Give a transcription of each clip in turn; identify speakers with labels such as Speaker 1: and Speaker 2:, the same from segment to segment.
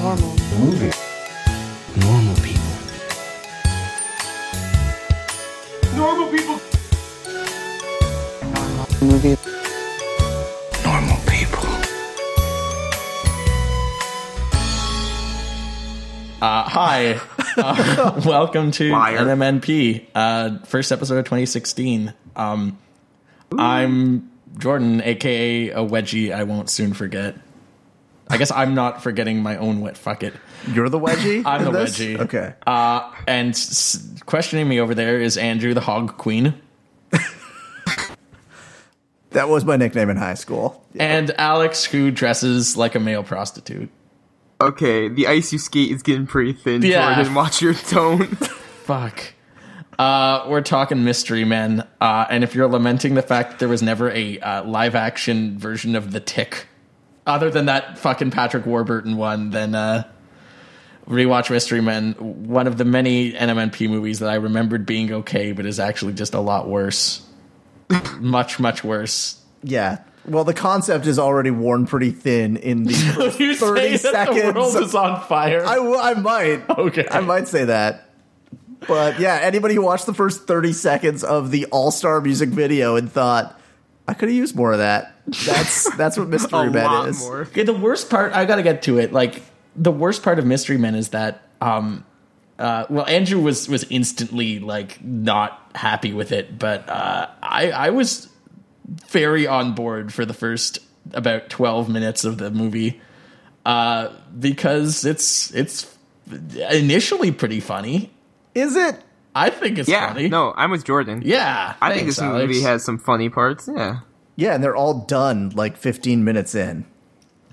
Speaker 1: normal.
Speaker 2: Movie.
Speaker 3: Normal people.
Speaker 2: Normal people.
Speaker 1: Movie.
Speaker 3: Normal people.
Speaker 4: Uh, hi, Uh, welcome to
Speaker 5: Liar.
Speaker 4: NMNP, uh, first episode of 2016. Um, I'm Jordan, aka a wedgie I won't soon forget. I guess I'm not forgetting my own wet fuck it.
Speaker 5: You're the wedgie?
Speaker 4: I'm
Speaker 5: in
Speaker 4: the
Speaker 5: this?
Speaker 4: wedgie.
Speaker 5: Okay.
Speaker 4: Uh, and s- questioning me over there is Andrew the Hog Queen
Speaker 5: that was my nickname in high school.
Speaker 4: and Alex, who dresses like a male prostitute.
Speaker 6: Okay, the ice you skate is getting pretty thin,
Speaker 4: Yeah.
Speaker 6: Jordan. Watch your tone.
Speaker 4: Fuck. Uh, we're talking mystery men, uh, and if you're lamenting the fact that there was never a uh, live action version of The Tick, other than that fucking Patrick Warburton one, then uh, rewatch Mystery Men, one of the many NMNP movies that I remembered being okay, but is actually just a lot worse, much much worse.
Speaker 5: Yeah. Well, the concept is already worn pretty thin in the first
Speaker 4: You
Speaker 5: 30
Speaker 4: say that the world
Speaker 5: seconds.
Speaker 4: is on fire.
Speaker 5: I, w- I might.
Speaker 4: Okay.
Speaker 5: I might say that. But yeah, anybody who watched the first 30 seconds of the All Star music video and thought, I could have used more of that. That's that's what
Speaker 6: A
Speaker 5: Mystery
Speaker 6: lot
Speaker 5: Men is.
Speaker 6: more.
Speaker 4: Okay, the worst part I gotta get to it. Like the worst part of Mystery Men is that um uh well Andrew was was instantly like not happy with it, but uh I I was very on board for the first about twelve minutes of the movie. Uh because it's it's initially pretty funny.
Speaker 5: Is it?
Speaker 4: I think it's
Speaker 6: Yeah,
Speaker 4: funny.
Speaker 6: no, I'm with Jordan.
Speaker 4: Yeah.
Speaker 6: I think
Speaker 4: thanks,
Speaker 6: this
Speaker 4: Alex.
Speaker 6: movie has some funny parts. Yeah.
Speaker 5: Yeah, and they're all done like 15 minutes in.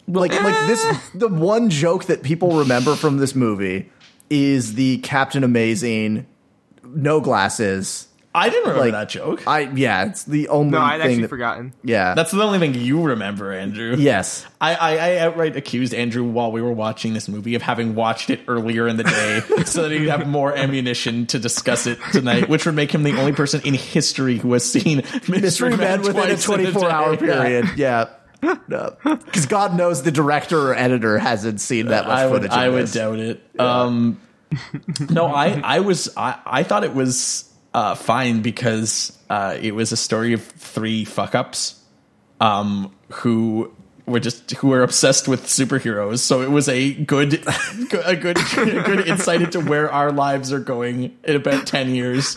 Speaker 5: Like like this the one joke that people remember from this movie is the Captain Amazing no glasses.
Speaker 4: I didn't remember
Speaker 5: like-
Speaker 4: that joke.
Speaker 5: I yeah, it's the only
Speaker 6: No, I'd
Speaker 5: thing
Speaker 6: actually
Speaker 5: that-
Speaker 6: forgotten.
Speaker 5: Yeah.
Speaker 4: That's the only thing you remember, Andrew.
Speaker 5: yes.
Speaker 4: I, I, I outright accused Andrew while we were watching this movie of having watched it earlier in the day so that he'd have more ammunition to discuss it tonight, which would make him the only person in history who has seen Mystery,
Speaker 5: Mystery Men within a
Speaker 4: twice in day.
Speaker 5: 24 hour
Speaker 4: Yeah.
Speaker 5: period. Yeah. Because God knows the director or editor hasn't seen that much
Speaker 4: I would,
Speaker 5: footage. of
Speaker 4: I would
Speaker 5: this.
Speaker 4: doubt it. Um, no, I, I was, I, I thought it was uh, fine because uh, it was a story of three fuck ups, um, who were just who were obsessed with superheroes. So it was a good, a good, a good insight into where our lives are going in about ten years,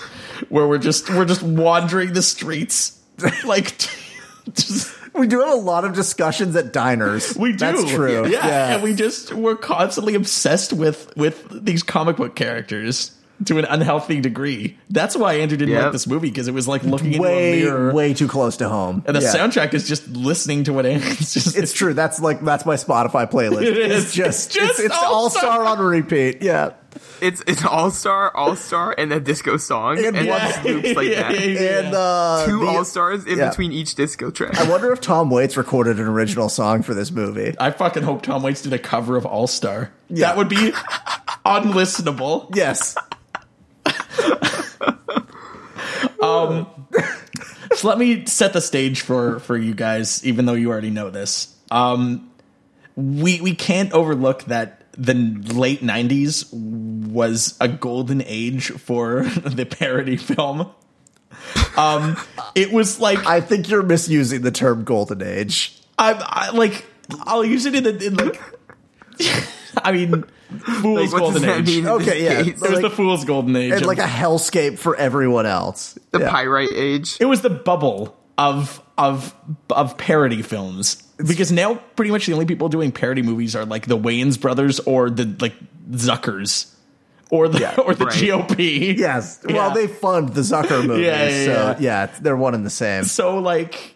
Speaker 4: where we're just we're just wandering the streets, like. Just,
Speaker 5: We do have a lot of discussions at diners.
Speaker 4: we do.
Speaker 5: That's true.
Speaker 4: Yeah.
Speaker 5: Yeah.
Speaker 4: And we just we're constantly obsessed with with these comic book characters to an unhealthy degree. That's why Andrew didn't
Speaker 6: Yep.
Speaker 4: like this movie because it was like looking
Speaker 5: way,
Speaker 4: into a mirror.
Speaker 5: way too close to home.
Speaker 4: and the
Speaker 5: Yeah.
Speaker 4: soundtrack is just listening to what Andrew's just
Speaker 5: It's true. That's like that's my Spotify playlist.
Speaker 4: It is.
Speaker 5: It's just
Speaker 4: It's just
Speaker 5: it's, it's all
Speaker 4: All-Star.
Speaker 5: star on repeat. Yeah.
Speaker 6: It's it's All Star, All Star, and a disco song,
Speaker 5: And
Speaker 6: and, it
Speaker 5: one-
Speaker 6: just loops like
Speaker 4: Yeah,
Speaker 6: that.
Speaker 4: yeah, yeah.
Speaker 5: And uh,
Speaker 6: Two
Speaker 5: the-
Speaker 6: All Stars in
Speaker 5: yeah.
Speaker 6: between each disco track.
Speaker 5: I wonder if Tom Waits recorded an original song for this movie.
Speaker 4: I fucking hope Tom Waits did a cover of All Star.
Speaker 5: Yeah.
Speaker 4: That would be unlistenable.
Speaker 5: Yes.
Speaker 4: So let me set the stage for for you guys, even though you already know this. Um, we we can't overlook that the late '90s was a golden age for the parody film. Um, it was like I,
Speaker 5: I think you're misusing the term golden age.
Speaker 4: I, like I'll use it in the in like. I mean, fool's
Speaker 6: Like, what
Speaker 4: golden
Speaker 6: does that
Speaker 4: age.
Speaker 6: mean? in
Speaker 5: Okay,
Speaker 6: this
Speaker 5: yeah.
Speaker 6: case?
Speaker 4: It was
Speaker 5: Like-
Speaker 4: the fool's golden age.
Speaker 5: And
Speaker 4: of-
Speaker 5: like a hellscape for everyone else.
Speaker 6: The
Speaker 5: Yeah.
Speaker 6: pyrite age.
Speaker 4: it was the bubble of of of parody films because now pretty much the only people doing parody movies are like the Wayans brothers or the like Zuckers or the or the
Speaker 6: right.
Speaker 4: GOP.
Speaker 5: Yes.
Speaker 4: Yeah.
Speaker 5: Well, they fund the Zucker movies,
Speaker 4: Yeah, yeah,
Speaker 5: so
Speaker 4: yeah.
Speaker 5: yeah. they're one and the same.
Speaker 4: So like,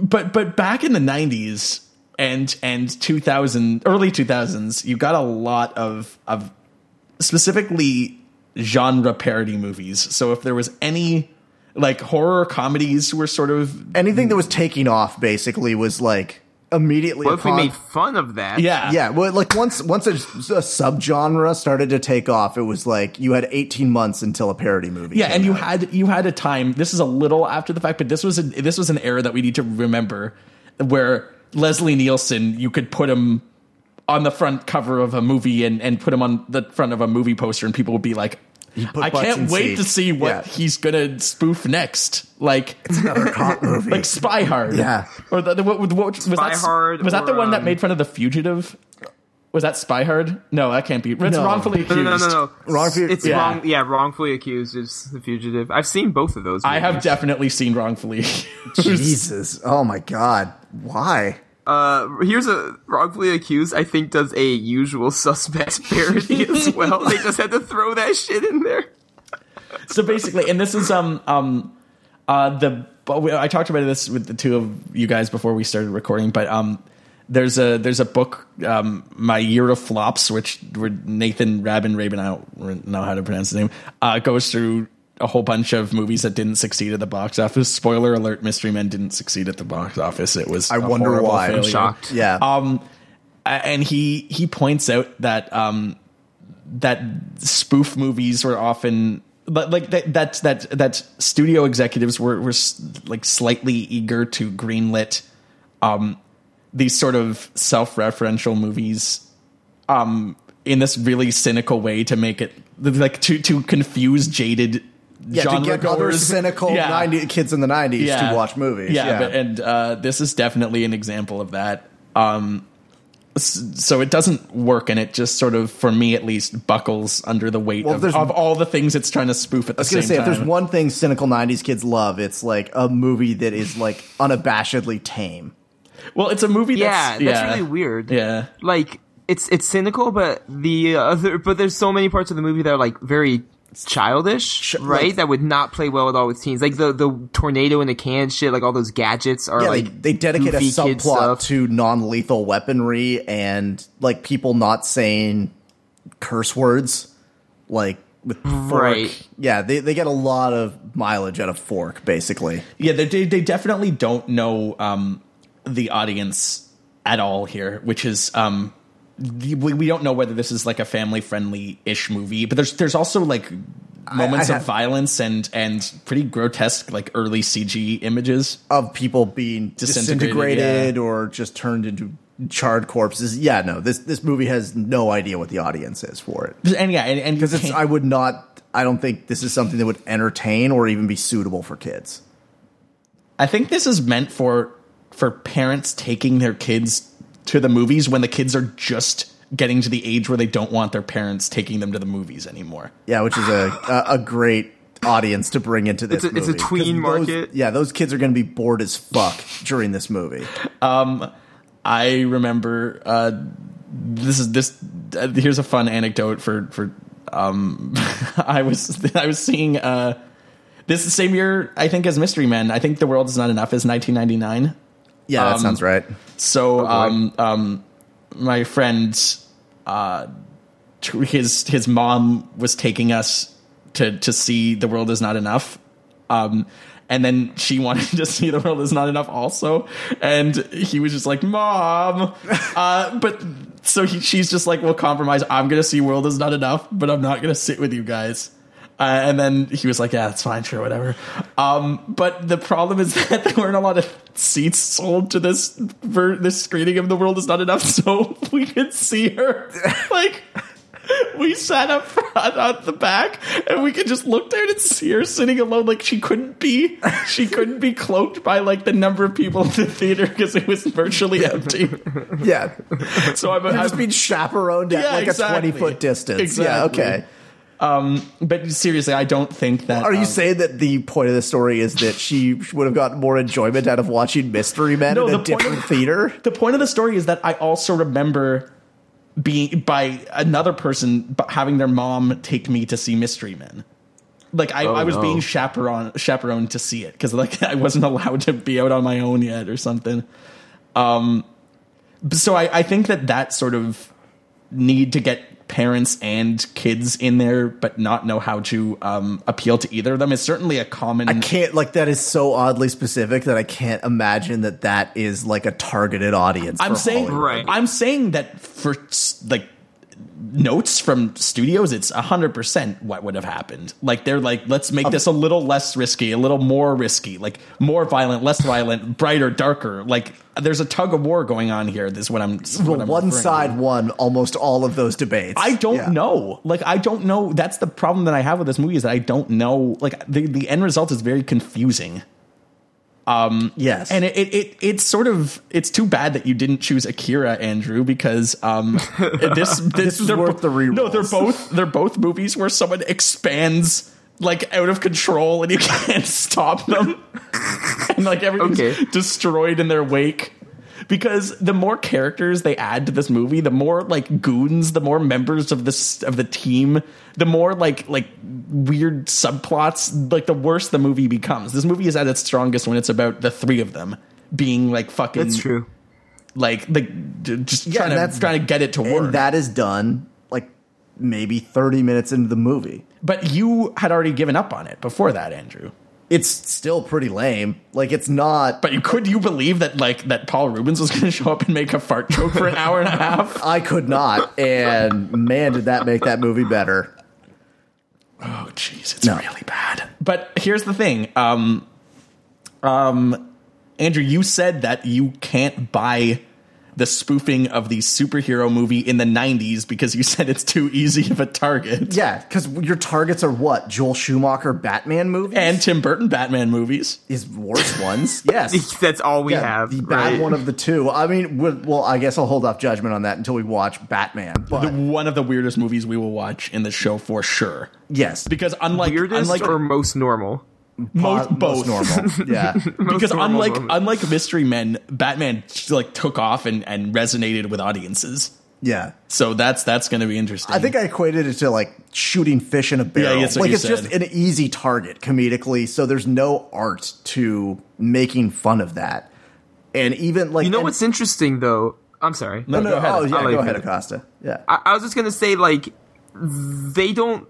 Speaker 4: but but back in the nineties and and two thousand early two thousands, you got a lot of of specifically genre parody movies. So if there was any like horror comedies were sort of
Speaker 5: Anything that was taking off basically was like immediately.
Speaker 6: What if we
Speaker 5: upon-
Speaker 6: made fun of that?
Speaker 4: yeah
Speaker 5: yeah, well, like once once a, a subgenre started to take off, it was like you had eighteen months until a parody movie.
Speaker 4: Yeah,
Speaker 5: came
Speaker 4: and you
Speaker 5: out.
Speaker 4: had you had a time. This is a little after the fact, but this was a, this was an era that we need to remember where Leslie Nielsen, you could put him on the front cover of a movie and, and put him on the front of a movie poster, and people would be like,
Speaker 5: put
Speaker 4: I
Speaker 5: butts in
Speaker 4: can't wait to
Speaker 5: seats."
Speaker 4: see what
Speaker 5: Yeah.
Speaker 4: he's gonna spoof next. Like,
Speaker 5: Another cop movie.
Speaker 4: like Spy Hard.
Speaker 5: Yeah.
Speaker 4: Or the, the, what, what, what- was
Speaker 6: Spy
Speaker 4: that
Speaker 6: Hard
Speaker 4: was that the
Speaker 6: or,
Speaker 4: one that
Speaker 6: um,
Speaker 4: made fun of the fugitive? Was that Spy Hard? No, that can't be. It's wrongfully
Speaker 6: No,
Speaker 4: accused.
Speaker 6: no, no, no, no.
Speaker 5: Wrongfully-
Speaker 6: it's
Speaker 4: yeah.
Speaker 6: wrong. Yeah, wrongfully accused is the fugitive. I've seen both of those.
Speaker 4: I have
Speaker 6: movies.
Speaker 4: definitely seen wrongfully. Accused.
Speaker 5: Jesus. Oh my god. Why?
Speaker 6: Uh, here's a wrongfully accused. I think does a usual suspect parody as well. They just had to throw that shit in there.
Speaker 4: so basically, and this is um um uh the but we, I talked about this with the two of you guys before we started recording, but um there's a there's a book um my year of flops which were Nathan Rabin Rabin I don't know how to pronounce his name uh goes through a whole bunch of movies that didn't succeed at the box office. Spoiler alert: Mystery Men didn't succeed at the box office. It was
Speaker 5: I
Speaker 4: a
Speaker 5: wonder
Speaker 4: horrible
Speaker 5: why. I'm
Speaker 4: failure.
Speaker 6: shocked.
Speaker 5: Yeah.
Speaker 4: Um, a- and he he points out that um, that spoof movies were often but like that that that that studio executives were were s- like slightly eager to greenlit um, these sort of self-referential movies um, in this really cynical way to make it like to to confuse jaded
Speaker 5: yeah, to
Speaker 4: genre
Speaker 5: get other
Speaker 4: goers.
Speaker 5: cynical
Speaker 4: Yeah.
Speaker 5: 90, kids in the 90s to watch movies.
Speaker 4: Yeah, But, and uh, this is definitely an example of that. Um, s- so it doesn't work, and it just sort of, for me at least, buckles under the weight
Speaker 5: Well, if
Speaker 4: of,
Speaker 5: there's-
Speaker 4: of all the things it's trying to spoof at the
Speaker 5: I was gonna
Speaker 4: same
Speaker 5: say,
Speaker 4: time.
Speaker 5: if there's one thing cynical '90s kids love, it's like a movie that is like unabashedly tame.
Speaker 4: well, it's a movie.
Speaker 6: Yeah,
Speaker 4: that's,
Speaker 6: that's really weird.
Speaker 4: Yeah,
Speaker 6: like it's it's cynical, but the other but there's so many parts of the movie that are like very childish, right?
Speaker 5: like-
Speaker 6: that would not play well at all with teens. Like the the tornado in the can shit, like all those gadgets are
Speaker 5: Yeah,
Speaker 6: like
Speaker 5: they, they dedicate a
Speaker 6: goofy kid
Speaker 5: subplot
Speaker 6: stuff.
Speaker 5: to non-lethal weaponry and like people not saying curse words, like with fork.
Speaker 6: Right.
Speaker 5: Yeah, they they get a lot of mileage out of fork, basically.
Speaker 4: yeah. They they they definitely don't know um, the audience at all here, which is. Um, the- we, we don't know whether this is like a family friendly ish movie, but there's there's also like moments
Speaker 5: I
Speaker 4: of
Speaker 5: have-
Speaker 4: violence and and pretty grotesque like early CG images.
Speaker 5: Of people being
Speaker 4: Disintegrated,
Speaker 5: disintegrated, or just turned into charred corpses. Yeah, no, this this movie has no idea what the audience is for it.
Speaker 4: and yeah, and, and you
Speaker 5: Because it's,
Speaker 4: can't-
Speaker 5: I would not. I don't think this is something that would entertain or even be suitable for kids.
Speaker 4: I think this is meant for for parents taking their kids to the movies when the kids are just getting to the age where they don't want their parents taking them to the movies anymore.
Speaker 5: Yeah, which is a a, a great audience to bring into this.
Speaker 6: It's a- it's a
Speaker 5: movie. 'Cause
Speaker 6: tween
Speaker 5: those-
Speaker 6: market.
Speaker 5: yeah, those kids are going to be bored as fuck during this movie.
Speaker 4: I remember uh, this is this. Uh, here's a fun anecdote for for. Um, I was I was seeing uh, this the same year I think as Mystery Men. I think the world is not enough is 1999.
Speaker 5: Yeah, that
Speaker 4: Um,
Speaker 5: sounds right.
Speaker 4: So um um my friend uh tr- his his mom was taking us to to see The World Is Not Enough. Um and then she wanted to see The World Is Not Enough also and he was just like, "Mom." uh but so he, she's just like, "Well, compromise. I'm going to see World Is Not Enough, but I'm not going to sit with you guys." Uh, and then he was like, "Yeah, it's fine, sure, whatever." Um, but the problem is that there weren't a lot of seats sold to this ver- this screening of The World Is Not Enough, so we could see her. Like, we sat up front on the back, and we could just look down and see her sitting alone. Like she couldn't be she couldn't be cloaked by like the number of people in the theater because it was virtually empty.
Speaker 5: Yeah,
Speaker 4: So I'm,
Speaker 5: You're
Speaker 4: I'm
Speaker 5: just being chaperoned at
Speaker 4: Yeah,
Speaker 5: like
Speaker 4: exactly.
Speaker 5: a twenty foot distance. Yeah,
Speaker 4: Exactly.
Speaker 5: okay.
Speaker 4: but seriously, I don't think that
Speaker 5: Are you
Speaker 4: um,
Speaker 5: saying that the point of the story is that she would have gotten more enjoyment out of watching Mystery Men
Speaker 4: No,
Speaker 5: in
Speaker 4: the
Speaker 5: a
Speaker 4: point
Speaker 5: different
Speaker 4: of-
Speaker 5: theater?
Speaker 4: the point of the story is that I also remember being by another person b- having their mom take me to see Mystery Men. Like I, I was
Speaker 6: no.
Speaker 4: being chaperon chaperoned to see it because like I wasn't allowed to be out on my own yet or something. Um, so I, I think that that sort of need to get parents and kids in there, but not know how to um, appeal to either of them is certainly a common.
Speaker 5: I can't like that is so oddly specific that I can't imagine that that is like a targeted audience.
Speaker 4: I'm
Speaker 5: for
Speaker 4: saying
Speaker 5: Hollywood.
Speaker 6: Right.
Speaker 4: I'm saying that for like notes from studios, it's 100% what would have happened. Like, they're like, let's make this a little less risky, a little more risky, like more violent, less violent, brighter, darker. Like, there's a tug of war going on here. This is what I'm. is what
Speaker 5: Well,
Speaker 4: I'm
Speaker 5: one
Speaker 4: referring to.
Speaker 5: side won almost all of those debates.
Speaker 4: I don't
Speaker 5: Yeah.
Speaker 4: know. Like, I don't know. That's the problem that I have with this movie is that I don't know. Like, the, the end result is very confusing.
Speaker 5: Yes,
Speaker 4: And it, it, it it's sort of it's too bad that you didn't choose Akira, Andrew, because um this this,
Speaker 5: was
Speaker 4: they're
Speaker 5: worth the
Speaker 4: No, they're
Speaker 5: rerolls.
Speaker 4: both they're both movies where someone expands like out of control and you can't stop them. and like everything's
Speaker 6: Okay.
Speaker 4: destroyed in their wake. Because the more characters they add to this movie, the more like goons, the more members of this of the team, the more like like weird subplots, like the worse the movie becomes. This movie is at its strongest when it's about the three of them being like fucking
Speaker 6: That's true.
Speaker 4: like like d- just
Speaker 5: Yeah,
Speaker 4: trying to
Speaker 5: that's-
Speaker 4: trying to get it to work.
Speaker 5: and that is done like maybe thirty minutes into the movie.
Speaker 4: but you had already given up on it before that, Andrew.
Speaker 5: It's still pretty lame. Like it's not.
Speaker 4: But you, could you believe that like that Paul Rubens was going to show up and make a fart joke for an hour and a half?
Speaker 5: I could not, and man, did that make that movie better.
Speaker 4: Oh, jeez, it's
Speaker 5: No.
Speaker 4: really bad. But here's the thing, um, um, Andrew, you said that you can't buy the spoofing of the superhero movie in the '90s because you said it's too easy of a target.
Speaker 5: Yeah, because your targets are what Joel Schumacher Batman movies
Speaker 4: And Tim Burton Batman movies.
Speaker 5: his worst ones. Yes,
Speaker 6: That's all we
Speaker 5: Yeah,
Speaker 6: have.
Speaker 5: the
Speaker 6: right?
Speaker 5: bad one of the two. I mean, we- well, I guess I'll hold off judgment on that until we watch Batman. But
Speaker 4: One of the weirdest movies we will watch in the show for sure.
Speaker 5: yes,
Speaker 4: Because unlike
Speaker 6: Weirdest
Speaker 4: unlike
Speaker 6: or most normal?
Speaker 4: most,
Speaker 5: uh,
Speaker 4: both
Speaker 5: normal. Yeah,
Speaker 6: Most
Speaker 4: because
Speaker 6: normal
Speaker 4: unlike
Speaker 6: moment.
Speaker 4: unlike Mystery Men, Batman like took off and, and resonated with audiences.
Speaker 5: yeah.
Speaker 4: So that's that's going to be interesting.
Speaker 5: I think I equated it to like shooting fish in a barrel.
Speaker 4: that's what
Speaker 5: like
Speaker 4: you
Speaker 5: it's just
Speaker 4: said.
Speaker 5: an easy target comedically, so there's no art to making fun of that. And even like
Speaker 6: you know
Speaker 5: and-
Speaker 6: what's interesting though? I'm sorry.
Speaker 4: No,
Speaker 5: no,
Speaker 4: go ahead.
Speaker 5: oh yeah,
Speaker 6: I'll let
Speaker 5: go
Speaker 6: you
Speaker 5: ahead,
Speaker 6: finish.
Speaker 5: Acosta. Yeah,
Speaker 6: I, I was just gonna say like they don't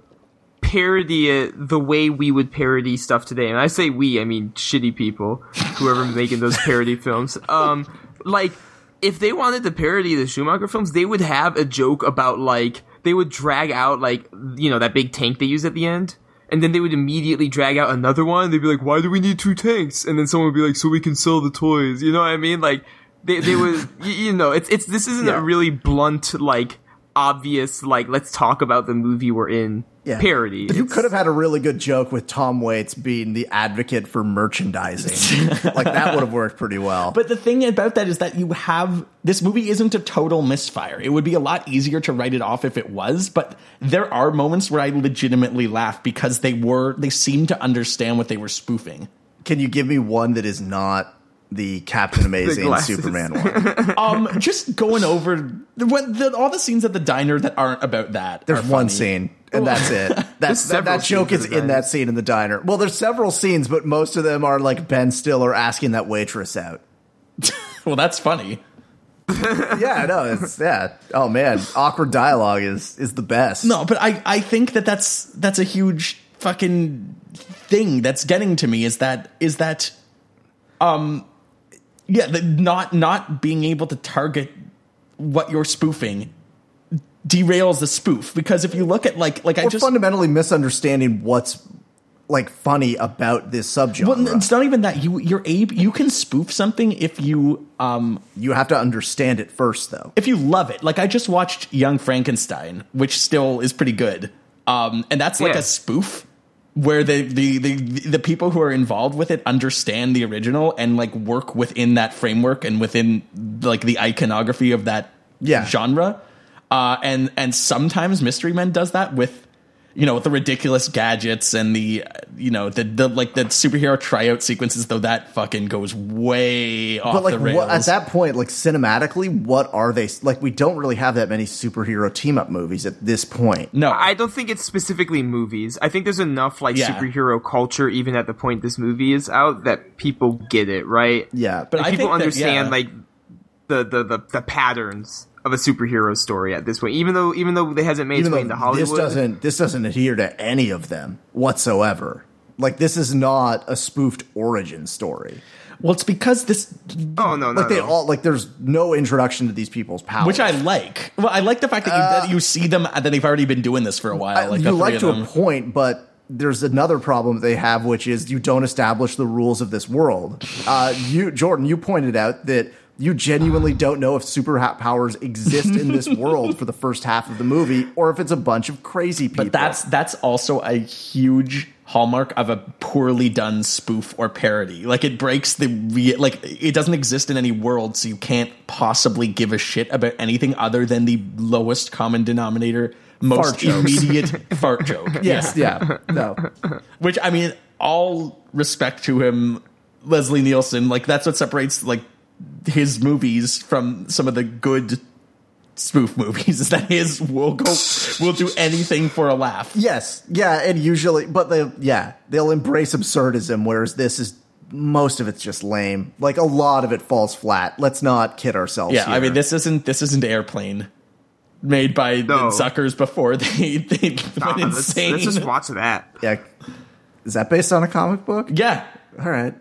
Speaker 6: parody it the way we would parody stuff today. And I say we, I mean shitty people, whoever making those parody films. Um, like if they wanted to parody the Schumacher films, they would have a joke about like they would drag out like you know that big tank they use at the end. And then they would immediately drag out another one. They'd be like, "Why do we need two tanks?" And then someone would be like, "So we can sell the toys." You know what I mean? Like, they they would, you, you know, it's it's this isn't
Speaker 5: Yeah.
Speaker 6: a really blunt, like obvious, like let's talk about the movie we're in
Speaker 5: yeah.
Speaker 6: parody.
Speaker 5: You
Speaker 6: It's-
Speaker 5: could have had a really good joke with Tom Waits being the advocate for merchandising. like that would have worked pretty well.
Speaker 4: But the thing about that is that you have this movie isn't a total misfire. It would be a lot easier to write it off if it was, but there are moments where I legitimately laugh because they were they seemed to understand what they were spoofing.
Speaker 5: Can you give me one that is not the Captain Amazing
Speaker 6: glasses.
Speaker 5: Superman one?
Speaker 4: Um, just going over the, what the, all the scenes at the diner that aren't about that.
Speaker 5: There's
Speaker 4: are funny.
Speaker 5: one scene, and that's it. That's, that,
Speaker 6: several
Speaker 5: that joke
Speaker 6: scenes
Speaker 5: is
Speaker 6: in the
Speaker 5: in
Speaker 6: diner.
Speaker 5: that scene in the diner. Well, there's several scenes, but most of them are like Ben Stiller asking that waitress out.
Speaker 4: Well, that's funny.
Speaker 5: Yeah, no, it's yeah. Oh man, awkward dialogue is is the best.
Speaker 4: No, but I, I think that that's that's a huge fucking thing that's getting to me is that is that um yeah, the not not being able to target what you're spoofing derails the spoof because if you look at like like I
Speaker 5: we're
Speaker 4: just
Speaker 5: fundamentally misunderstanding what's like funny about this subject.
Speaker 4: well, it's not even that you you're able you can spoof something if you um
Speaker 5: you have to understand it first, though.
Speaker 4: if you love it. Like I just watched Young Frankenstein, which still is pretty good. Um, and that's like
Speaker 6: Yeah.
Speaker 4: a spoof where the, the the the people who are involved with it understand the original and like work within that framework and within like the iconography of that
Speaker 5: Yeah.
Speaker 4: genre. Uh, and and sometimes Mystery Men does that with you know with the ridiculous gadgets and the uh, you know the, the like the superhero tryout sequences though that fucking goes way off
Speaker 5: But like
Speaker 4: the rails.
Speaker 5: what, at that point, like cinematically, what are they like? We don't really have that many superhero team up movies at this point.
Speaker 4: no,
Speaker 6: I don't think it's specifically movies. I think there's enough like
Speaker 4: Yeah.
Speaker 6: superhero culture even at the point this movie is out that people get it right.
Speaker 5: Yeah,
Speaker 4: But I
Speaker 6: Like, people
Speaker 4: think that,
Speaker 6: understand
Speaker 4: yeah.
Speaker 6: like the, the the the patterns of a superhero story at this point. Even though even though it hasn't made its
Speaker 5: even
Speaker 6: way
Speaker 5: though
Speaker 6: into Hollywood,
Speaker 5: this doesn't this doesn't adhere to any of them whatsoever. Like this is not a spoofed origin story.
Speaker 4: Well, it's because this,
Speaker 6: Oh no, no,
Speaker 5: Like they
Speaker 6: no.
Speaker 5: all like there's no introduction to these people's powers.
Speaker 4: which I like. Well, I like the fact that you, that you see them uh, that they've already been doing this for a while. like
Speaker 5: you
Speaker 4: the three
Speaker 5: like
Speaker 4: of
Speaker 5: to
Speaker 4: them.
Speaker 5: a point, but there's another problem they have, which is you don't establish the rules of this world. Uh, you, Jordan, you pointed out that you genuinely don't know if super ha- powers exist in this world for the first half of the movie, or if it's a bunch of crazy people.
Speaker 4: But that's that's also a huge hallmark of a poorly done spoof or parody. Like it breaks the re- like it doesn't exist in any world, so you can't possibly give a shit about anything other than the lowest common denominator, most
Speaker 5: Fart jokes.
Speaker 4: immediate fart joke.
Speaker 5: yes, yeah, no,
Speaker 4: Which I mean, all respect to him, Leslie Nielsen. Like that's what separates like his movies from some of the good spoof movies is that his will go will do anything for a laugh.
Speaker 5: yes, yeah, and usually, but they, yeah, they'll embrace absurdism, whereas this is. Most of it's just lame. Like a lot of it falls flat. Let's not kid ourselves.
Speaker 4: Yeah, I
Speaker 5: here.
Speaker 4: mean this isn't this isn't airplane made by
Speaker 6: No.
Speaker 4: the Zuckers before they they went
Speaker 6: Nah, let's,
Speaker 4: insane.
Speaker 6: let's just watch that.
Speaker 5: Yeah. Is that based on a comic book?
Speaker 4: yeah,
Speaker 5: All right.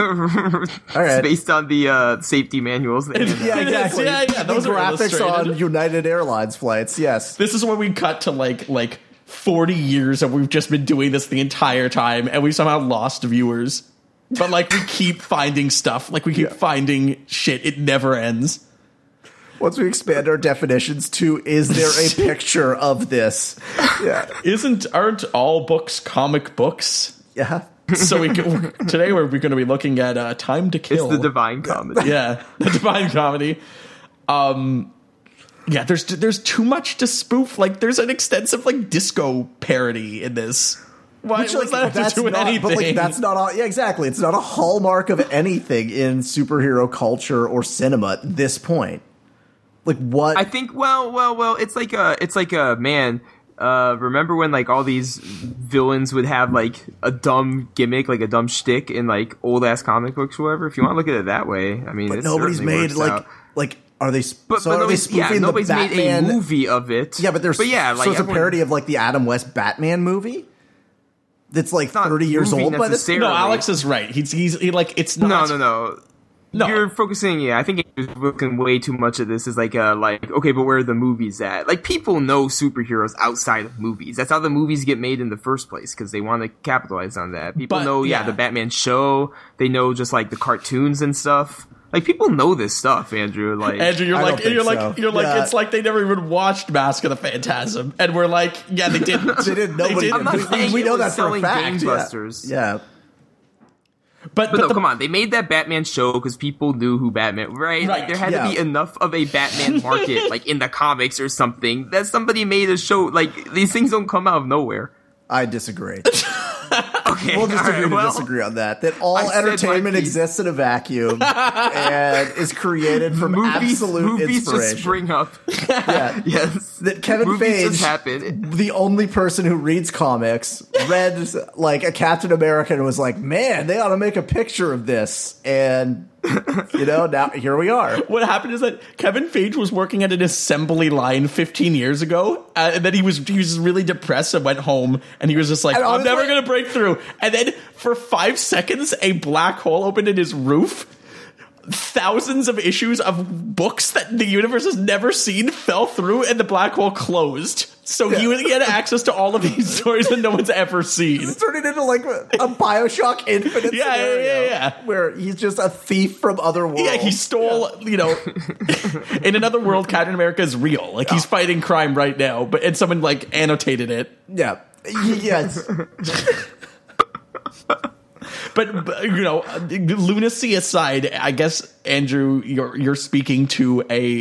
Speaker 5: All right.
Speaker 6: It's based on the uh, safety manuals. That you
Speaker 5: yeah,
Speaker 4: It is.
Speaker 5: exactly.
Speaker 4: Yeah, yeah, those
Speaker 5: the
Speaker 4: are
Speaker 5: graphics
Speaker 4: illustrated.
Speaker 5: on United Airlines flights. Yes.
Speaker 4: this is when we cut to like like forty years and we've just been doing this the entire time and we somehow lost viewers. But like we keep finding stuff, like we keep
Speaker 5: Yeah.
Speaker 4: finding shit. It never ends.
Speaker 5: Once we expand our definitions to is there a picture of this? Yeah.
Speaker 4: Isn't aren't all books comic books?
Speaker 5: Yeah.
Speaker 4: So we can, today we're going to be looking at uh, Time to
Speaker 6: It's
Speaker 4: Kill.
Speaker 6: the Divine Comedy.
Speaker 4: yeah, the Divine Comedy. Um, yeah, there's there's too much to spoof. Like, there's an extensive like disco parody in this. Why
Speaker 5: Which,
Speaker 4: does that have
Speaker 5: that's
Speaker 4: to do with
Speaker 5: not,
Speaker 4: anything?
Speaker 5: But like that's not all yeah, exactly. It's not a hallmark of anything in superhero culture or cinema at this point. Like what
Speaker 6: I think well, well, well. It's like a, it's like a man. Uh, remember when like all these villains would have like a dumb gimmick, like a dumb shtick in like old ass comic books, or whatever. If you want to look at it that way, I mean,
Speaker 5: but
Speaker 6: it
Speaker 5: nobody's
Speaker 6: certainly
Speaker 5: made
Speaker 6: works
Speaker 5: like
Speaker 6: out.
Speaker 5: like are they sp-
Speaker 6: but,
Speaker 5: so are
Speaker 6: but
Speaker 5: they
Speaker 6: nobody's, yeah,
Speaker 5: spoofing the
Speaker 6: nobody's made a
Speaker 5: Batman
Speaker 6: movie of it.
Speaker 5: Yeah, but there's
Speaker 6: but yeah, like
Speaker 5: so it's a
Speaker 6: everyone-
Speaker 5: parody of like the Adam West Batman movie that's like
Speaker 6: not
Speaker 5: thirty years
Speaker 6: movie
Speaker 5: old by this.
Speaker 6: necessarily.
Speaker 4: no, Alex is right. He's he's he, like it's
Speaker 6: No,
Speaker 4: not.
Speaker 6: no, no.
Speaker 4: No.
Speaker 6: You're focusing, yeah. I think you're looking way too much at this. Is like, uh, like okay, but where are the movies at? Like, people know superheroes outside of movies. That's how the movies get made in the first place because they want to capitalize on that. People
Speaker 4: But,
Speaker 6: know, yeah,
Speaker 4: yeah.
Speaker 6: the Batman show. They know just like the cartoons and stuff. Like, people know this stuff, Andrew. Like,
Speaker 4: Andrew, you're
Speaker 5: I don't
Speaker 4: like
Speaker 5: think
Speaker 4: you're
Speaker 5: so.
Speaker 4: like you're like
Speaker 5: Yeah.
Speaker 4: it's like they never even watched Mask of the Phantasm, and we're like, yeah, they didn't.
Speaker 5: They didn't know what it-
Speaker 4: didn't.
Speaker 6: I'm not
Speaker 5: we- we-
Speaker 6: saying
Speaker 5: we
Speaker 6: it
Speaker 5: know
Speaker 6: was
Speaker 5: that for a
Speaker 6: selling
Speaker 5: fact. Yeah.
Speaker 6: gangbusters.
Speaker 5: Yeah.
Speaker 4: but
Speaker 6: but,
Speaker 4: but
Speaker 6: no,
Speaker 4: the,
Speaker 6: come on, they made that Batman show because people knew who Batman,
Speaker 4: Right,
Speaker 6: right? Like there had
Speaker 5: yeah.
Speaker 6: to be enough of a Batman market, like in the comics or something, that somebody made a show. Like these things don't come out of nowhere.
Speaker 5: I disagree.
Speaker 6: Okay,
Speaker 5: We'll just
Speaker 6: all right,
Speaker 5: agree to
Speaker 6: well,
Speaker 5: disagree on that. That all
Speaker 6: I said my
Speaker 5: entertainment
Speaker 6: piece.
Speaker 5: exists in a vacuum and is created from
Speaker 6: Movies,
Speaker 5: absolute
Speaker 6: movies
Speaker 5: inspiration.
Speaker 6: just spring up.
Speaker 5: Yeah.
Speaker 6: yes,
Speaker 5: That Kevin
Speaker 6: movies
Speaker 5: Feige-
Speaker 6: just happen.
Speaker 5: The only person who reads comics read like a Captain America and was like, "Man, they ought to make a picture of this." And you know, now here we are.
Speaker 4: What happened is that Kevin Feige was working at an assembly line 15 years ago, uh, and then he was he was really depressed and went home, and he was just like,
Speaker 5: And
Speaker 4: "I'm
Speaker 5: honestly-
Speaker 4: never gonna break through." And then for five seconds, a black hole opened in his roof. Thousands of issues of books that the universe has never seen fell through, and the black hole closed. So he, was, he had access to all of these stories that no one's ever seen.
Speaker 5: It's turned into like a a Bioshock Infinite
Speaker 4: Yeah, yeah,
Speaker 5: scenario,
Speaker 4: yeah, yeah.
Speaker 5: where he's just a thief from other worlds.
Speaker 4: Yeah, he stole. You know, in another world, Captain America is real. Like he's fighting crime right now, but and someone like annotated it.
Speaker 5: yeah, Y- yes,
Speaker 4: But, but, you know, lunacy aside, I guess Andrew, you're you're speaking to a.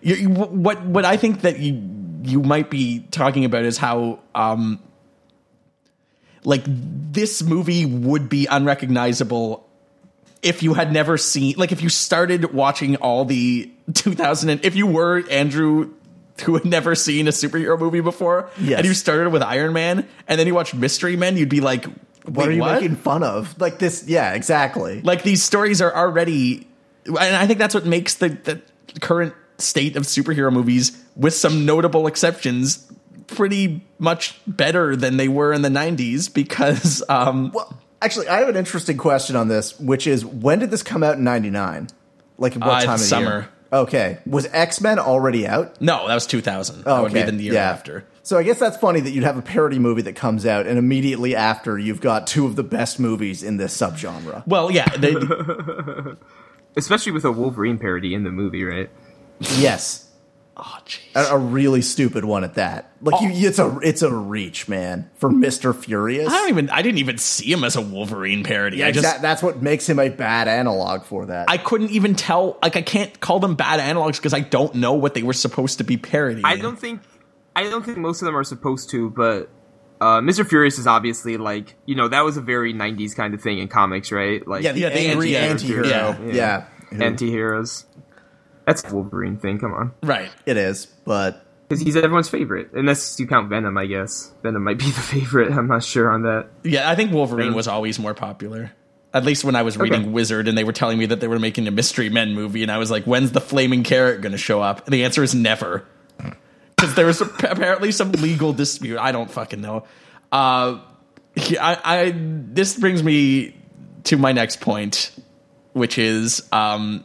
Speaker 4: you you- what what I think that you you might be talking about is how um like this movie would be unrecognizable if you had never seen like if you started watching all the 2000 and if you were andrew who had never seen a superhero movie before
Speaker 5: Yes.
Speaker 4: and you started with iron man and then you watched mystery men you'd be like
Speaker 5: what
Speaker 4: "Wait,
Speaker 5: are you making fun of? Like this? Yeah, exactly.
Speaker 4: like these stories are already and i think that's what makes the, the current state of superhero movies with some notable exceptions pretty much better than they were in the 90s because um
Speaker 5: well, Actually, I have an interesting question on this, which is when did this come out in '99? Like what
Speaker 4: Uh,
Speaker 5: time of the
Speaker 4: summer.
Speaker 5: year? Okay, was X Men already out?
Speaker 4: No, that was 2000.
Speaker 5: Oh,
Speaker 4: that would be
Speaker 5: okay.
Speaker 4: the year
Speaker 5: Yeah.
Speaker 4: after.
Speaker 5: So I guess that's funny that you'd have a parody movie that comes out, and immediately after you've got two of the best movies in this subgenre.
Speaker 4: Well, yeah, they, oh,
Speaker 6: especially with a Wolverine parody in the movie, right?
Speaker 5: yes,
Speaker 4: oh, jeez.
Speaker 5: a, a really stupid one at that. Like you, it's a it's a reach, man, for Mister Furious.
Speaker 4: I don't even. I didn't even see him as a Wolverine parody. I
Speaker 5: Like,
Speaker 4: just.
Speaker 5: that- that's what makes him a bad analog for that.
Speaker 4: I couldn't even tell. Like, I can't call them bad analogs because I don't know what they were supposed to be parodying.
Speaker 6: I don't think I don't think most of them are supposed to, but uh, Mr. Furious is obviously like you know that was a very '90s kind of thing in comics, right? Like
Speaker 5: yeah, the
Speaker 4: Yeah, the
Speaker 5: angry
Speaker 4: anti-hero.
Speaker 5: anti-hero.
Speaker 4: Yeah.
Speaker 5: Yeah.
Speaker 6: anti-heroes. That's a Wolverine thing. Come on,
Speaker 4: Right.
Speaker 5: it is, but
Speaker 6: because he's everyone's favorite, unless you count Venom. I guess Venom might be the favorite. I'm not sure on that.
Speaker 4: Yeah, I think Wolverine
Speaker 6: Thing.
Speaker 4: was always more popular. At least when I was reading
Speaker 6: Okay.
Speaker 4: Wizard and they were telling me that they were making a Mystery Men movie, and I was like, when's the Flaming Carrot going to show up? And the answer is never. Because there was ap- apparently some legal dispute. I don't fucking know. Uh, yeah, I, I, this brings me to my next point, which is um,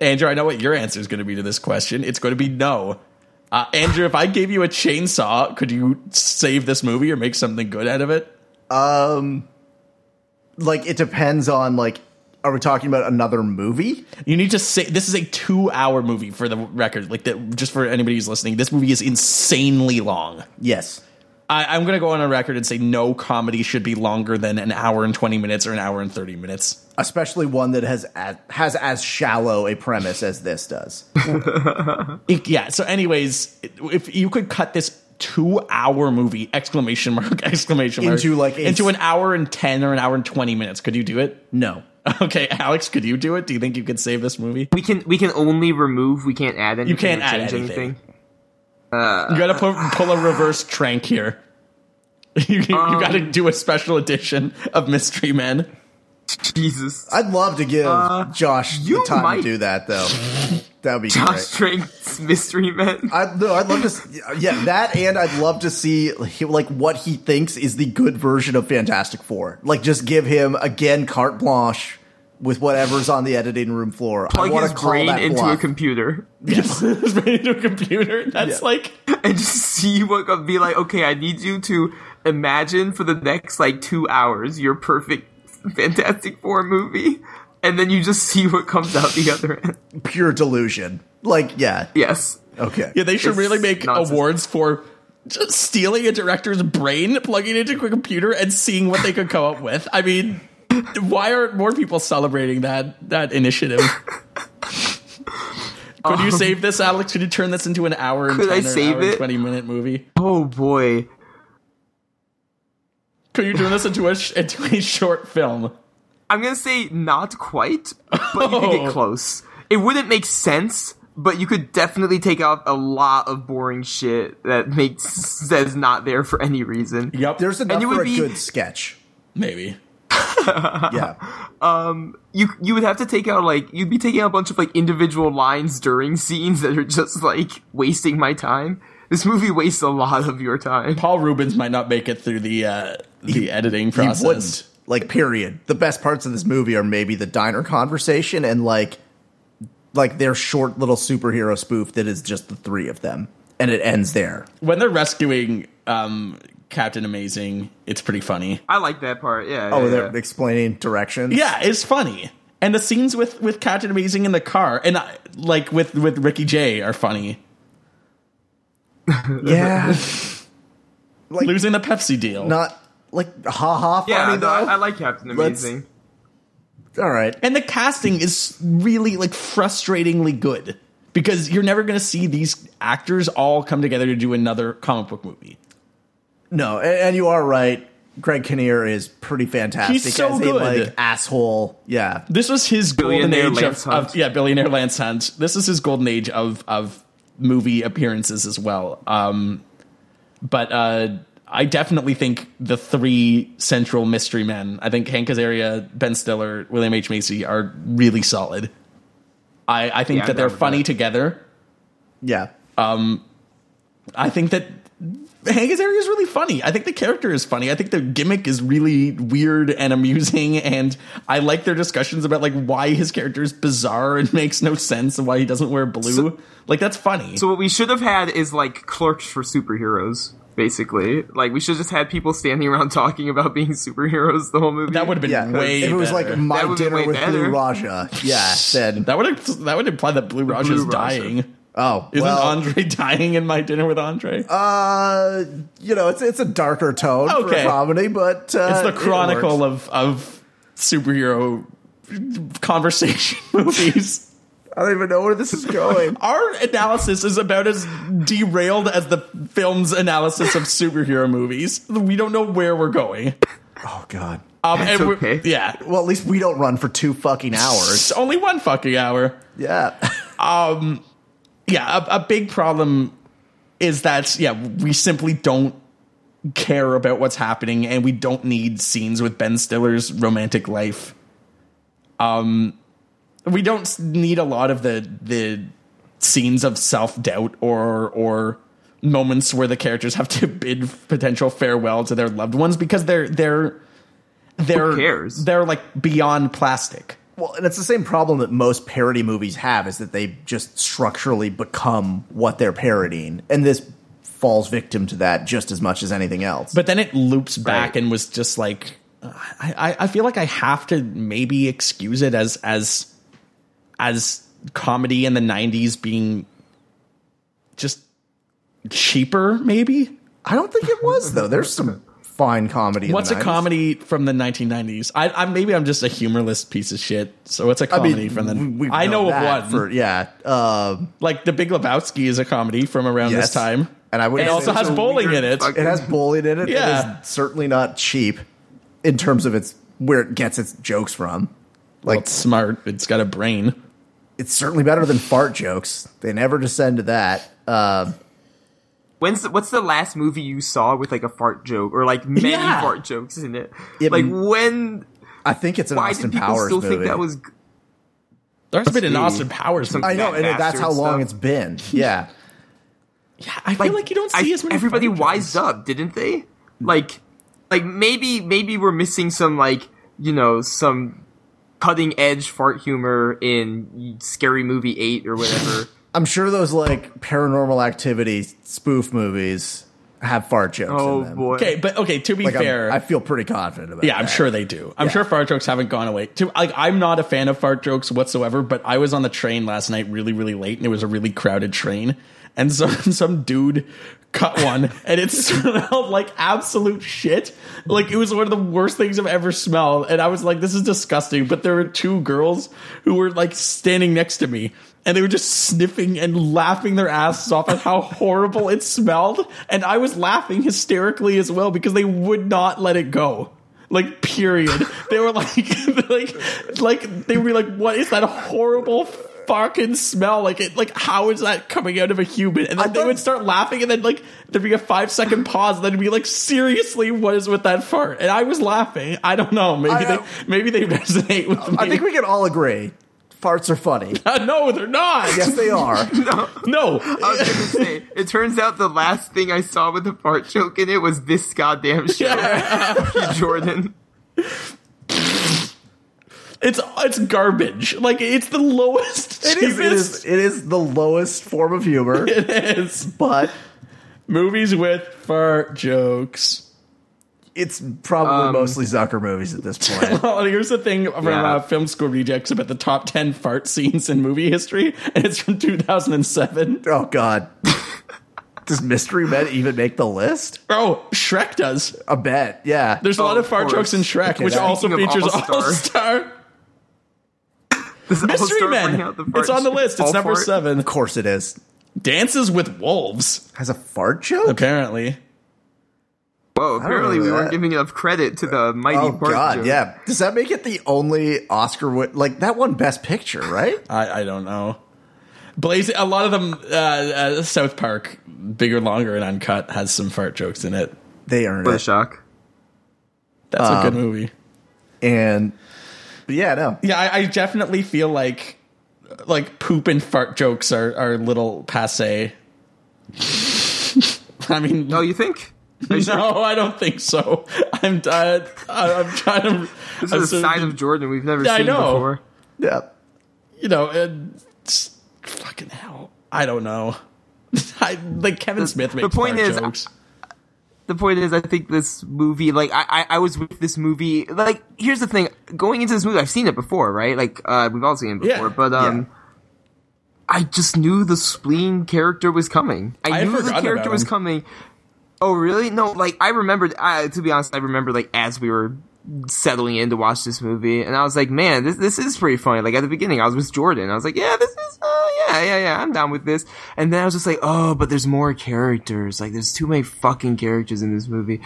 Speaker 4: Andrew, I know what your answer is going to be to this question. It's going to be no. Uh, Andrew, if I gave you a chainsaw, could you save this movie or make something good out of it?
Speaker 5: like it depends on like are we talking about another movie?
Speaker 4: You need to say this is a two-hour movie for the record. Like that, just for anybody who's listening, this movie is insanely long.
Speaker 5: Yes.
Speaker 4: I, I'm going to go on a record and say no comedy should be longer than an hour and twenty minutes or an hour and thirty minutes.
Speaker 5: Especially one that has as, has as shallow a premise as this does.
Speaker 4: It- E, yeah. So, anyways, if you could cut this two-hour movie exclamation mark exclamation mark
Speaker 5: Into, like, a-
Speaker 4: into an hour and ten or an hour and twenty minutes, could you do it?
Speaker 5: No.
Speaker 4: Okay, Alex, could you do it? Do you think you could save this movie?
Speaker 6: We can we can only remove. We can't add anything.
Speaker 4: can't
Speaker 6: or
Speaker 4: add
Speaker 6: change
Speaker 4: anything. You gotta pu- pull a reverse trank here. You, you
Speaker 6: Um,
Speaker 4: gotta do a special edition of Mystery Men.
Speaker 6: Jesus,
Speaker 5: I'd love to give Josh the
Speaker 6: Uh, you
Speaker 5: time
Speaker 6: might-
Speaker 5: to do that though. that would be
Speaker 6: Josh
Speaker 5: great.
Speaker 6: Trank's mystery man.
Speaker 5: I no, I'd love to s- yeah, that and I'd love to see like what he thinks is the good version of Fantastic 4. Like just give him again carte blanche with whatever's on the editing room floor. I
Speaker 6: Plug
Speaker 5: want
Speaker 6: his
Speaker 5: to call
Speaker 6: brain
Speaker 5: that
Speaker 6: into a
Speaker 5: bluff.
Speaker 6: computer
Speaker 4: Yes. into a computer. That's
Speaker 5: Yeah.
Speaker 4: like
Speaker 6: and just see what could be like. Okay, I need you to imagine for the next like two hours your perfect Fantastic Four movie, and then you just see what comes out the other end.
Speaker 5: pure delusion. Like yeah.
Speaker 6: Yes,
Speaker 5: Okay.
Speaker 4: yeah, they should
Speaker 6: It's
Speaker 4: really make
Speaker 6: nonsense.
Speaker 4: awards for just stealing a director's brain, plugging it into a computer, and seeing what they could come up with. I mean, why aren't more people celebrating that that initiative? Could you save this, Alex? Could you turn this into an hour and
Speaker 6: Um, Could
Speaker 4: 10
Speaker 6: I
Speaker 4: or an
Speaker 6: save
Speaker 4: hour and
Speaker 6: it?
Speaker 4: 20 minute movie?
Speaker 6: Oh boy.
Speaker 4: Could you turn this into a, sh- into a short film?
Speaker 6: I'm gonna say not quite, but you could
Speaker 4: Oh.
Speaker 6: get close. It wouldn't make sense, but you could definitely take out a lot of boring shit that makes says not there for any reason.
Speaker 4: Yep.
Speaker 5: There's enough
Speaker 6: it would
Speaker 5: for a
Speaker 6: be-
Speaker 5: good sketch.
Speaker 4: Maybe.
Speaker 5: Yeah.
Speaker 6: You you would have to take out like you'd be taking out a bunch of like individual lines during scenes that are just like wasting my time. This movie wastes a lot of your time.
Speaker 4: Paul Rubens might not make it through the uh, the editing
Speaker 5: He
Speaker 4: process.
Speaker 5: wouldn't. Like period. The best parts of this movie are maybe the diner conversation and like like their short little superhero spoof that is just the three of them. And it ends there.
Speaker 4: When they're rescuing um, Captain Amazing, it's pretty funny.
Speaker 6: I like that part. Yeah.
Speaker 5: Oh,
Speaker 6: yeah,
Speaker 5: they're
Speaker 6: yeah.
Speaker 5: explaining directions.
Speaker 4: Yeah, it's funny. And the scenes with, with Captain Amazing in the car and I, like with, with Ricky Jay are funny.
Speaker 5: Yeah. like
Speaker 4: Losing the Pepsi deal.
Speaker 5: not like ha ha funny
Speaker 6: yeah. no,
Speaker 5: though.
Speaker 6: I, I like Captain
Speaker 5: Let's-
Speaker 6: Amazing.
Speaker 5: All right.
Speaker 4: and the casting is really like frustratingly good because you're never going to see these actors all come together to do another comic book movie.
Speaker 5: No, and, and you are right. Greg Kinnear is pretty fantastic
Speaker 4: He's so
Speaker 5: as a
Speaker 4: good.
Speaker 5: like asshole. Yeah.
Speaker 4: This was his golden
Speaker 6: Billionaire
Speaker 4: age
Speaker 6: Lance
Speaker 4: of, of
Speaker 6: Hunt.
Speaker 4: yeah, billionaire Lance Hunt. This is his golden age of of movie appearances as well. Um, but uh, I definitely think the three central mystery men. I think Hank Azaria, Ben Stiller, William H Macy are really solid. I, I think
Speaker 6: Yeah, I'm
Speaker 4: that they're
Speaker 6: down with
Speaker 4: funny
Speaker 6: that.
Speaker 4: together.
Speaker 5: Yeah.
Speaker 4: I think that Hank Azaria is really funny. I think the character is funny. I think the gimmick is really weird and amusing, and I like their discussions about like why his character is bizarre and makes no sense and why he doesn't wear blue. like that's funny.
Speaker 6: So what we should have had is like clerks for superheroes, basically. Like we should have just had people standing around talking about being superheroes the whole movie.
Speaker 4: that would have been
Speaker 5: Yeah,
Speaker 4: way.
Speaker 5: if it was
Speaker 4: better.
Speaker 5: like my
Speaker 6: That would be
Speaker 5: dinner
Speaker 6: way
Speaker 5: with Blue
Speaker 6: better.
Speaker 5: Raja, yeah, then
Speaker 4: that would that would imply that Blue Raj
Speaker 6: Blue
Speaker 4: is
Speaker 6: Raj.
Speaker 4: dying.
Speaker 5: oh,
Speaker 4: Isn't
Speaker 5: well,
Speaker 4: Andre dying in my dinner with Andre?
Speaker 5: uh, you know, it's it's a darker tone for
Speaker 4: Okay.
Speaker 5: a comedy, but uh,
Speaker 4: it's the
Speaker 5: it
Speaker 4: chronicle
Speaker 5: works.
Speaker 4: of of superhero conversation movies.
Speaker 5: I don't even know where this is going.
Speaker 4: Our analysis is about as derailed as the film's analysis of superhero movies. We don't know where we're going.
Speaker 5: oh God.
Speaker 4: Um, and we're-
Speaker 6: okay.
Speaker 4: Yeah.
Speaker 5: Well, at least we don't run for two fucking hours.
Speaker 4: It's only one fucking hour.
Speaker 5: Yeah.
Speaker 4: Yeah, a, a big problem is that, yeah, we simply don't care about what's happening and we don't need scenes with Ben Stiller's romantic life. Um, we don't s- need a lot of the, the scenes of self doubt or, or, moments where the characters have to bid potential farewell to their loved ones because they're they're they're
Speaker 6: cares?
Speaker 4: they're like beyond plastic.
Speaker 5: Well, and it's the same problem that most parody movies have is that they just structurally become what they're parodying. And this falls victim to that just as much as anything else.
Speaker 4: but then it loops back
Speaker 6: Right.
Speaker 4: and was just like I, I I feel like I have to maybe excuse it as as as comedy in the nineties being just cheaper, maybe?
Speaker 5: I don't think it was though. There's some fine comedy. in
Speaker 4: What's
Speaker 5: the
Speaker 4: a
Speaker 5: 90s.
Speaker 4: comedy from the 1990s? I, I maybe I'm just a humorless piece of shit. So what's a
Speaker 5: I
Speaker 4: comedy
Speaker 5: mean,
Speaker 4: from
Speaker 5: we-
Speaker 4: the?
Speaker 5: we've
Speaker 4: I know
Speaker 5: known
Speaker 4: of
Speaker 5: that
Speaker 4: one.
Speaker 5: for yeah. Uh,
Speaker 4: like The Big Lebowski is a comedy from around
Speaker 5: yes.
Speaker 4: this time.
Speaker 5: and I would.
Speaker 4: It
Speaker 5: say
Speaker 4: also
Speaker 5: it's
Speaker 4: has
Speaker 5: a-
Speaker 4: bowling in
Speaker 6: weird
Speaker 4: it.
Speaker 6: fuck-
Speaker 5: It has bowling in it.
Speaker 4: Yeah.
Speaker 5: It is certainly not cheap in terms of its where it gets its jokes from. Like
Speaker 4: It's smart. It's got a brain.
Speaker 5: it's certainly better than fart jokes. They never descend to that. Uh,
Speaker 6: When's the, what's the last movie you saw with like a fart joke or like many
Speaker 4: Yeah.
Speaker 6: fart jokes in it?
Speaker 5: It-
Speaker 6: like when?
Speaker 5: I think it's an
Speaker 6: Why
Speaker 5: Austin
Speaker 6: did people
Speaker 5: Powers
Speaker 6: still
Speaker 5: movie.
Speaker 6: think that was? g-
Speaker 4: There's been an
Speaker 6: Steve.
Speaker 4: Austin Powers.
Speaker 6: Some-
Speaker 4: movie.
Speaker 5: I know, and that's
Speaker 6: Bastard
Speaker 5: how long
Speaker 6: stuff.
Speaker 5: it's been. Yeah,
Speaker 4: I feel like you don't see
Speaker 6: I-
Speaker 4: as many.
Speaker 6: Everybody
Speaker 4: fart jokes.
Speaker 6: wised up, didn't they? Like, like maybe maybe we're missing some like you know some cutting edge fart humor in Scary Movie Eight or whatever.
Speaker 5: I'm sure those like paranormal activity spoof movies have fart jokes.
Speaker 6: oh
Speaker 5: in them.
Speaker 6: boy.
Speaker 4: Okay, but okay. To be
Speaker 5: Like, I'm-
Speaker 4: fair,
Speaker 5: I feel pretty confident about.
Speaker 4: yeah, I'm
Speaker 5: that.
Speaker 4: sure they do. I'm sure fart jokes haven't gone away. To, like, I'm not a fan of fart jokes whatsoever. But I was on the train last night, really, really late, and it was a really crowded train, and some some dude cut one, and it smelled like absolute shit. Like it was one of the worst things I've ever smelled, and I was like, this is disgusting. But there were two girls who were like standing next to me. And they were just sniffing and laughing their asses off at how horrible it smelled. And I was laughing hysterically as well because they would not let it go like period they were like like like they were like what is that horrible fucking smell like it like how is that coming out of a human and then
Speaker 5: I
Speaker 4: they would
Speaker 5: thought-
Speaker 4: start laughing and then like there'd be a five second pause and then it'd be like seriously what is with that fart and i was laughing i don't know maybe
Speaker 5: I, uh,
Speaker 4: they maybe they resonate with me
Speaker 5: I think we can all agree, farts are funny.
Speaker 4: no they're not
Speaker 5: yes, they are.
Speaker 6: I
Speaker 4: no
Speaker 6: was gonna say, it turns out the last thing I saw with a fart joke in it was this goddamn show, Jordan.
Speaker 4: it's it's garbage like it's the lowest
Speaker 5: It is, it is.
Speaker 4: cheapest
Speaker 5: It is the lowest form of humor,
Speaker 4: it is
Speaker 5: but
Speaker 4: movies with fart jokes
Speaker 5: it's probably
Speaker 6: Um,
Speaker 5: mostly Zucker movies at this point.
Speaker 4: Well, here's the thing from
Speaker 6: Yeah.
Speaker 4: uh, Film School Rejects about the top 10 fart scenes in movie history, and it's from 2007.
Speaker 5: oh God, does Mystery Men even make the list?
Speaker 4: Oh, Shrek does.
Speaker 5: A bet. Yeah.
Speaker 4: There's a
Speaker 6: Oh,
Speaker 4: lot of
Speaker 6: of
Speaker 4: fart
Speaker 6: course.
Speaker 4: jokes in Shrek,
Speaker 5: Okay,
Speaker 4: which
Speaker 5: that-
Speaker 4: also
Speaker 6: Speaking of
Speaker 4: features
Speaker 6: All-Star.
Speaker 4: All Star.
Speaker 6: Does All-Star
Speaker 4: Mystery
Speaker 6: bring
Speaker 4: Men.
Speaker 6: out the fart
Speaker 4: It's on the
Speaker 6: joke?
Speaker 4: list. It's
Speaker 6: All
Speaker 4: number
Speaker 6: fart?
Speaker 4: seven.
Speaker 5: of course it is.
Speaker 4: Dances with Wolves,
Speaker 5: Has a fart joke?
Speaker 4: apparently.
Speaker 6: Whoa! Apparently, we
Speaker 5: remember
Speaker 6: weren't
Speaker 5: that.
Speaker 6: giving enough credit to the mighty
Speaker 5: Oh
Speaker 6: fart
Speaker 5: God,
Speaker 6: joke.
Speaker 5: yeah. Does that make it the only Oscar win? Like that one Best Picture, right?
Speaker 4: I, I don't know. Blaze, a lot of them, uh, uh, South Park, bigger, longer, and uncut, has some fart jokes in it.
Speaker 5: They earned
Speaker 6: What a
Speaker 5: it.
Speaker 6: shock.
Speaker 4: That's a
Speaker 6: Um,
Speaker 4: good movie.
Speaker 5: And but yeah, no.
Speaker 4: Yeah, I, I definitely feel like like poop and fart jokes are are a little passe. I mean,
Speaker 6: Oh, you think? Are you sure?
Speaker 4: no, I don't think so. I'm uh, I'm trying to.
Speaker 6: This is a
Speaker 4: I'm
Speaker 6: side
Speaker 4: sort
Speaker 6: of Jordan we've never
Speaker 4: I
Speaker 6: seen
Speaker 4: know.
Speaker 6: before.
Speaker 5: Yeah.
Speaker 4: you know, and it's- fucking hell, I don't know. I, like Kevin Smith makes
Speaker 6: the point
Speaker 4: dark
Speaker 6: is,
Speaker 4: jokes.
Speaker 6: The point is, I think this movie, like, I, I, I was with this movie, like, here's the thing, going into this movie, I've seen it before, right? Like, uh, we've all seen it
Speaker 4: Yeah.
Speaker 6: before, but, um, I just knew the spleen character was coming. I,
Speaker 4: I
Speaker 6: knew the
Speaker 4: forgot
Speaker 6: character
Speaker 4: about
Speaker 6: was
Speaker 4: him.
Speaker 6: coming. Oh, really? No, like, I remembered, I, to be honest, I remember, like, as we were settling in to watch this movie, and I was like, man, this, this is pretty funny. Like, at the beginning, I was with Jordan. I was like, yeah, this is, uh, yeah, yeah, yeah, I'm down with this. And then I was just like, oh, but there's more characters. Like, there's too many fucking characters in this movie.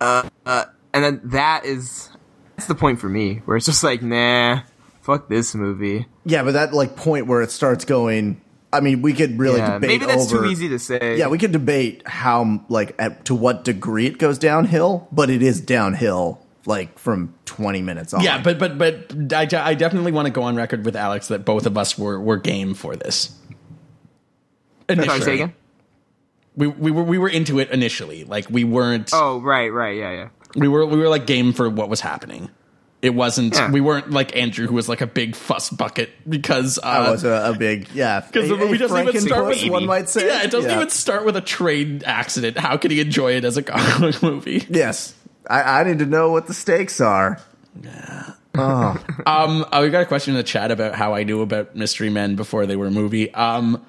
Speaker 6: Uh, uh, and then that is, that's the point for me, where it's just like, nah, fuck this movie.
Speaker 5: Yeah, but that like point where it starts going. I mean, we could really
Speaker 6: Yeah,
Speaker 5: debate.
Speaker 6: maybe that's
Speaker 5: over,
Speaker 6: too easy to say.
Speaker 5: Yeah, we could debate how like at, to what degree it goes downhill, but it is downhill like from twenty minutes on.
Speaker 4: yeah, but but but I, I definitely want to go on record with Alex that both of us were were game for this.
Speaker 6: Sorry, say
Speaker 4: Initially.
Speaker 6: again?
Speaker 4: we we were we were into it initially. Like we weren't.
Speaker 6: Oh, right, right, yeah, yeah.
Speaker 4: we were we were like game for what was happening. It wasn't.
Speaker 6: Yeah.
Speaker 4: We weren't like Andrew, who was like a big fuss bucket because uh,
Speaker 5: that was a, a big yeah.
Speaker 4: because the
Speaker 5: A-
Speaker 4: movie
Speaker 5: a
Speaker 4: doesn't even start
Speaker 5: Frankenpuss,
Speaker 4: with E.
Speaker 5: one might say.
Speaker 4: Yeah, it doesn't even start with a train accident. How can he enjoy it as a comic movie?
Speaker 5: Yes, I, I need to know what the stakes are.
Speaker 4: Um, uh, we got a question in the chat about how I knew about Mystery Men before they were a movie. Um,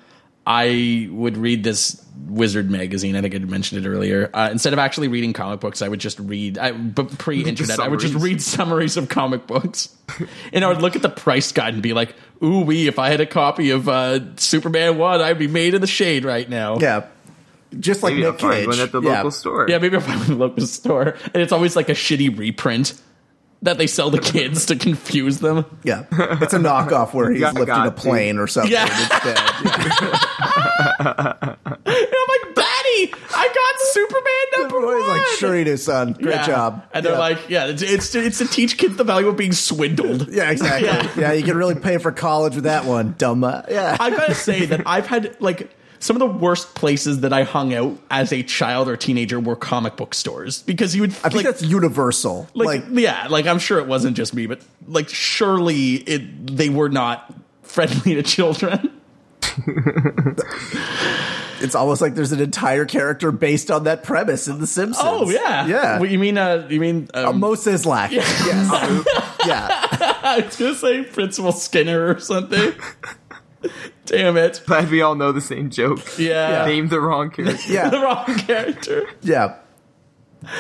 Speaker 4: I would read this Wizard magazine. I think I mentioned it earlier. Uh, instead of actually reading comic books, I would just read. I, but pre-internet, I would just
Speaker 6: summaries.
Speaker 4: read summaries of comic books, and I would look at the price guide and be like, "Ooh, wee! If I had a copy of uh, Superman One, I'd be made in the shade right now."
Speaker 5: Yeah, just like
Speaker 6: Maybe I'll
Speaker 5: Nick
Speaker 6: find
Speaker 5: Cage.
Speaker 6: one at the
Speaker 5: yeah.
Speaker 6: local store.
Speaker 4: Yeah, maybe if I went to the local store, and it's always like a shitty reprint that they sell to kids to confuse them.
Speaker 5: Yeah, it's a knockoff where he's
Speaker 6: Got-
Speaker 5: lifting
Speaker 6: got
Speaker 5: a plane or something.
Speaker 4: Yeah.
Speaker 5: instead. Yeah.
Speaker 4: And I'm like, Batty, I got Superman number
Speaker 5: Everybody's
Speaker 4: one.
Speaker 5: like, sure you do, son. Great
Speaker 4: Yeah.
Speaker 5: job.
Speaker 4: And they're
Speaker 5: Yeah.
Speaker 4: like, yeah, it's, it's it's to teach kids the value of being swindled.
Speaker 5: yeah, exactly. Yeah. you can really pay for college with that one, dumba. Yeah,
Speaker 4: I gotta say that I've had like some of the worst places that I hung out as a child or teenager were comic book stores because you would
Speaker 5: I think
Speaker 4: like,
Speaker 5: that's universal.
Speaker 4: like,
Speaker 5: Like,
Speaker 4: yeah, like I'm sure it wasn't just me, but like surely it they were not friendly to children.
Speaker 5: it's almost like there's an entire character based on that premise in The Simpsons.
Speaker 4: Oh yeah,
Speaker 5: yeah.
Speaker 4: What, you mean uh, you mean um,
Speaker 5: Mo Sizlak. Yes. yeah.
Speaker 4: I was gonna say Principal Skinner or something. Damn it!
Speaker 6: Glad we all know the same joke.
Speaker 4: Yeah.
Speaker 6: Name the wrong character.
Speaker 4: the
Speaker 5: Yeah.
Speaker 4: wrong character.
Speaker 5: Yeah.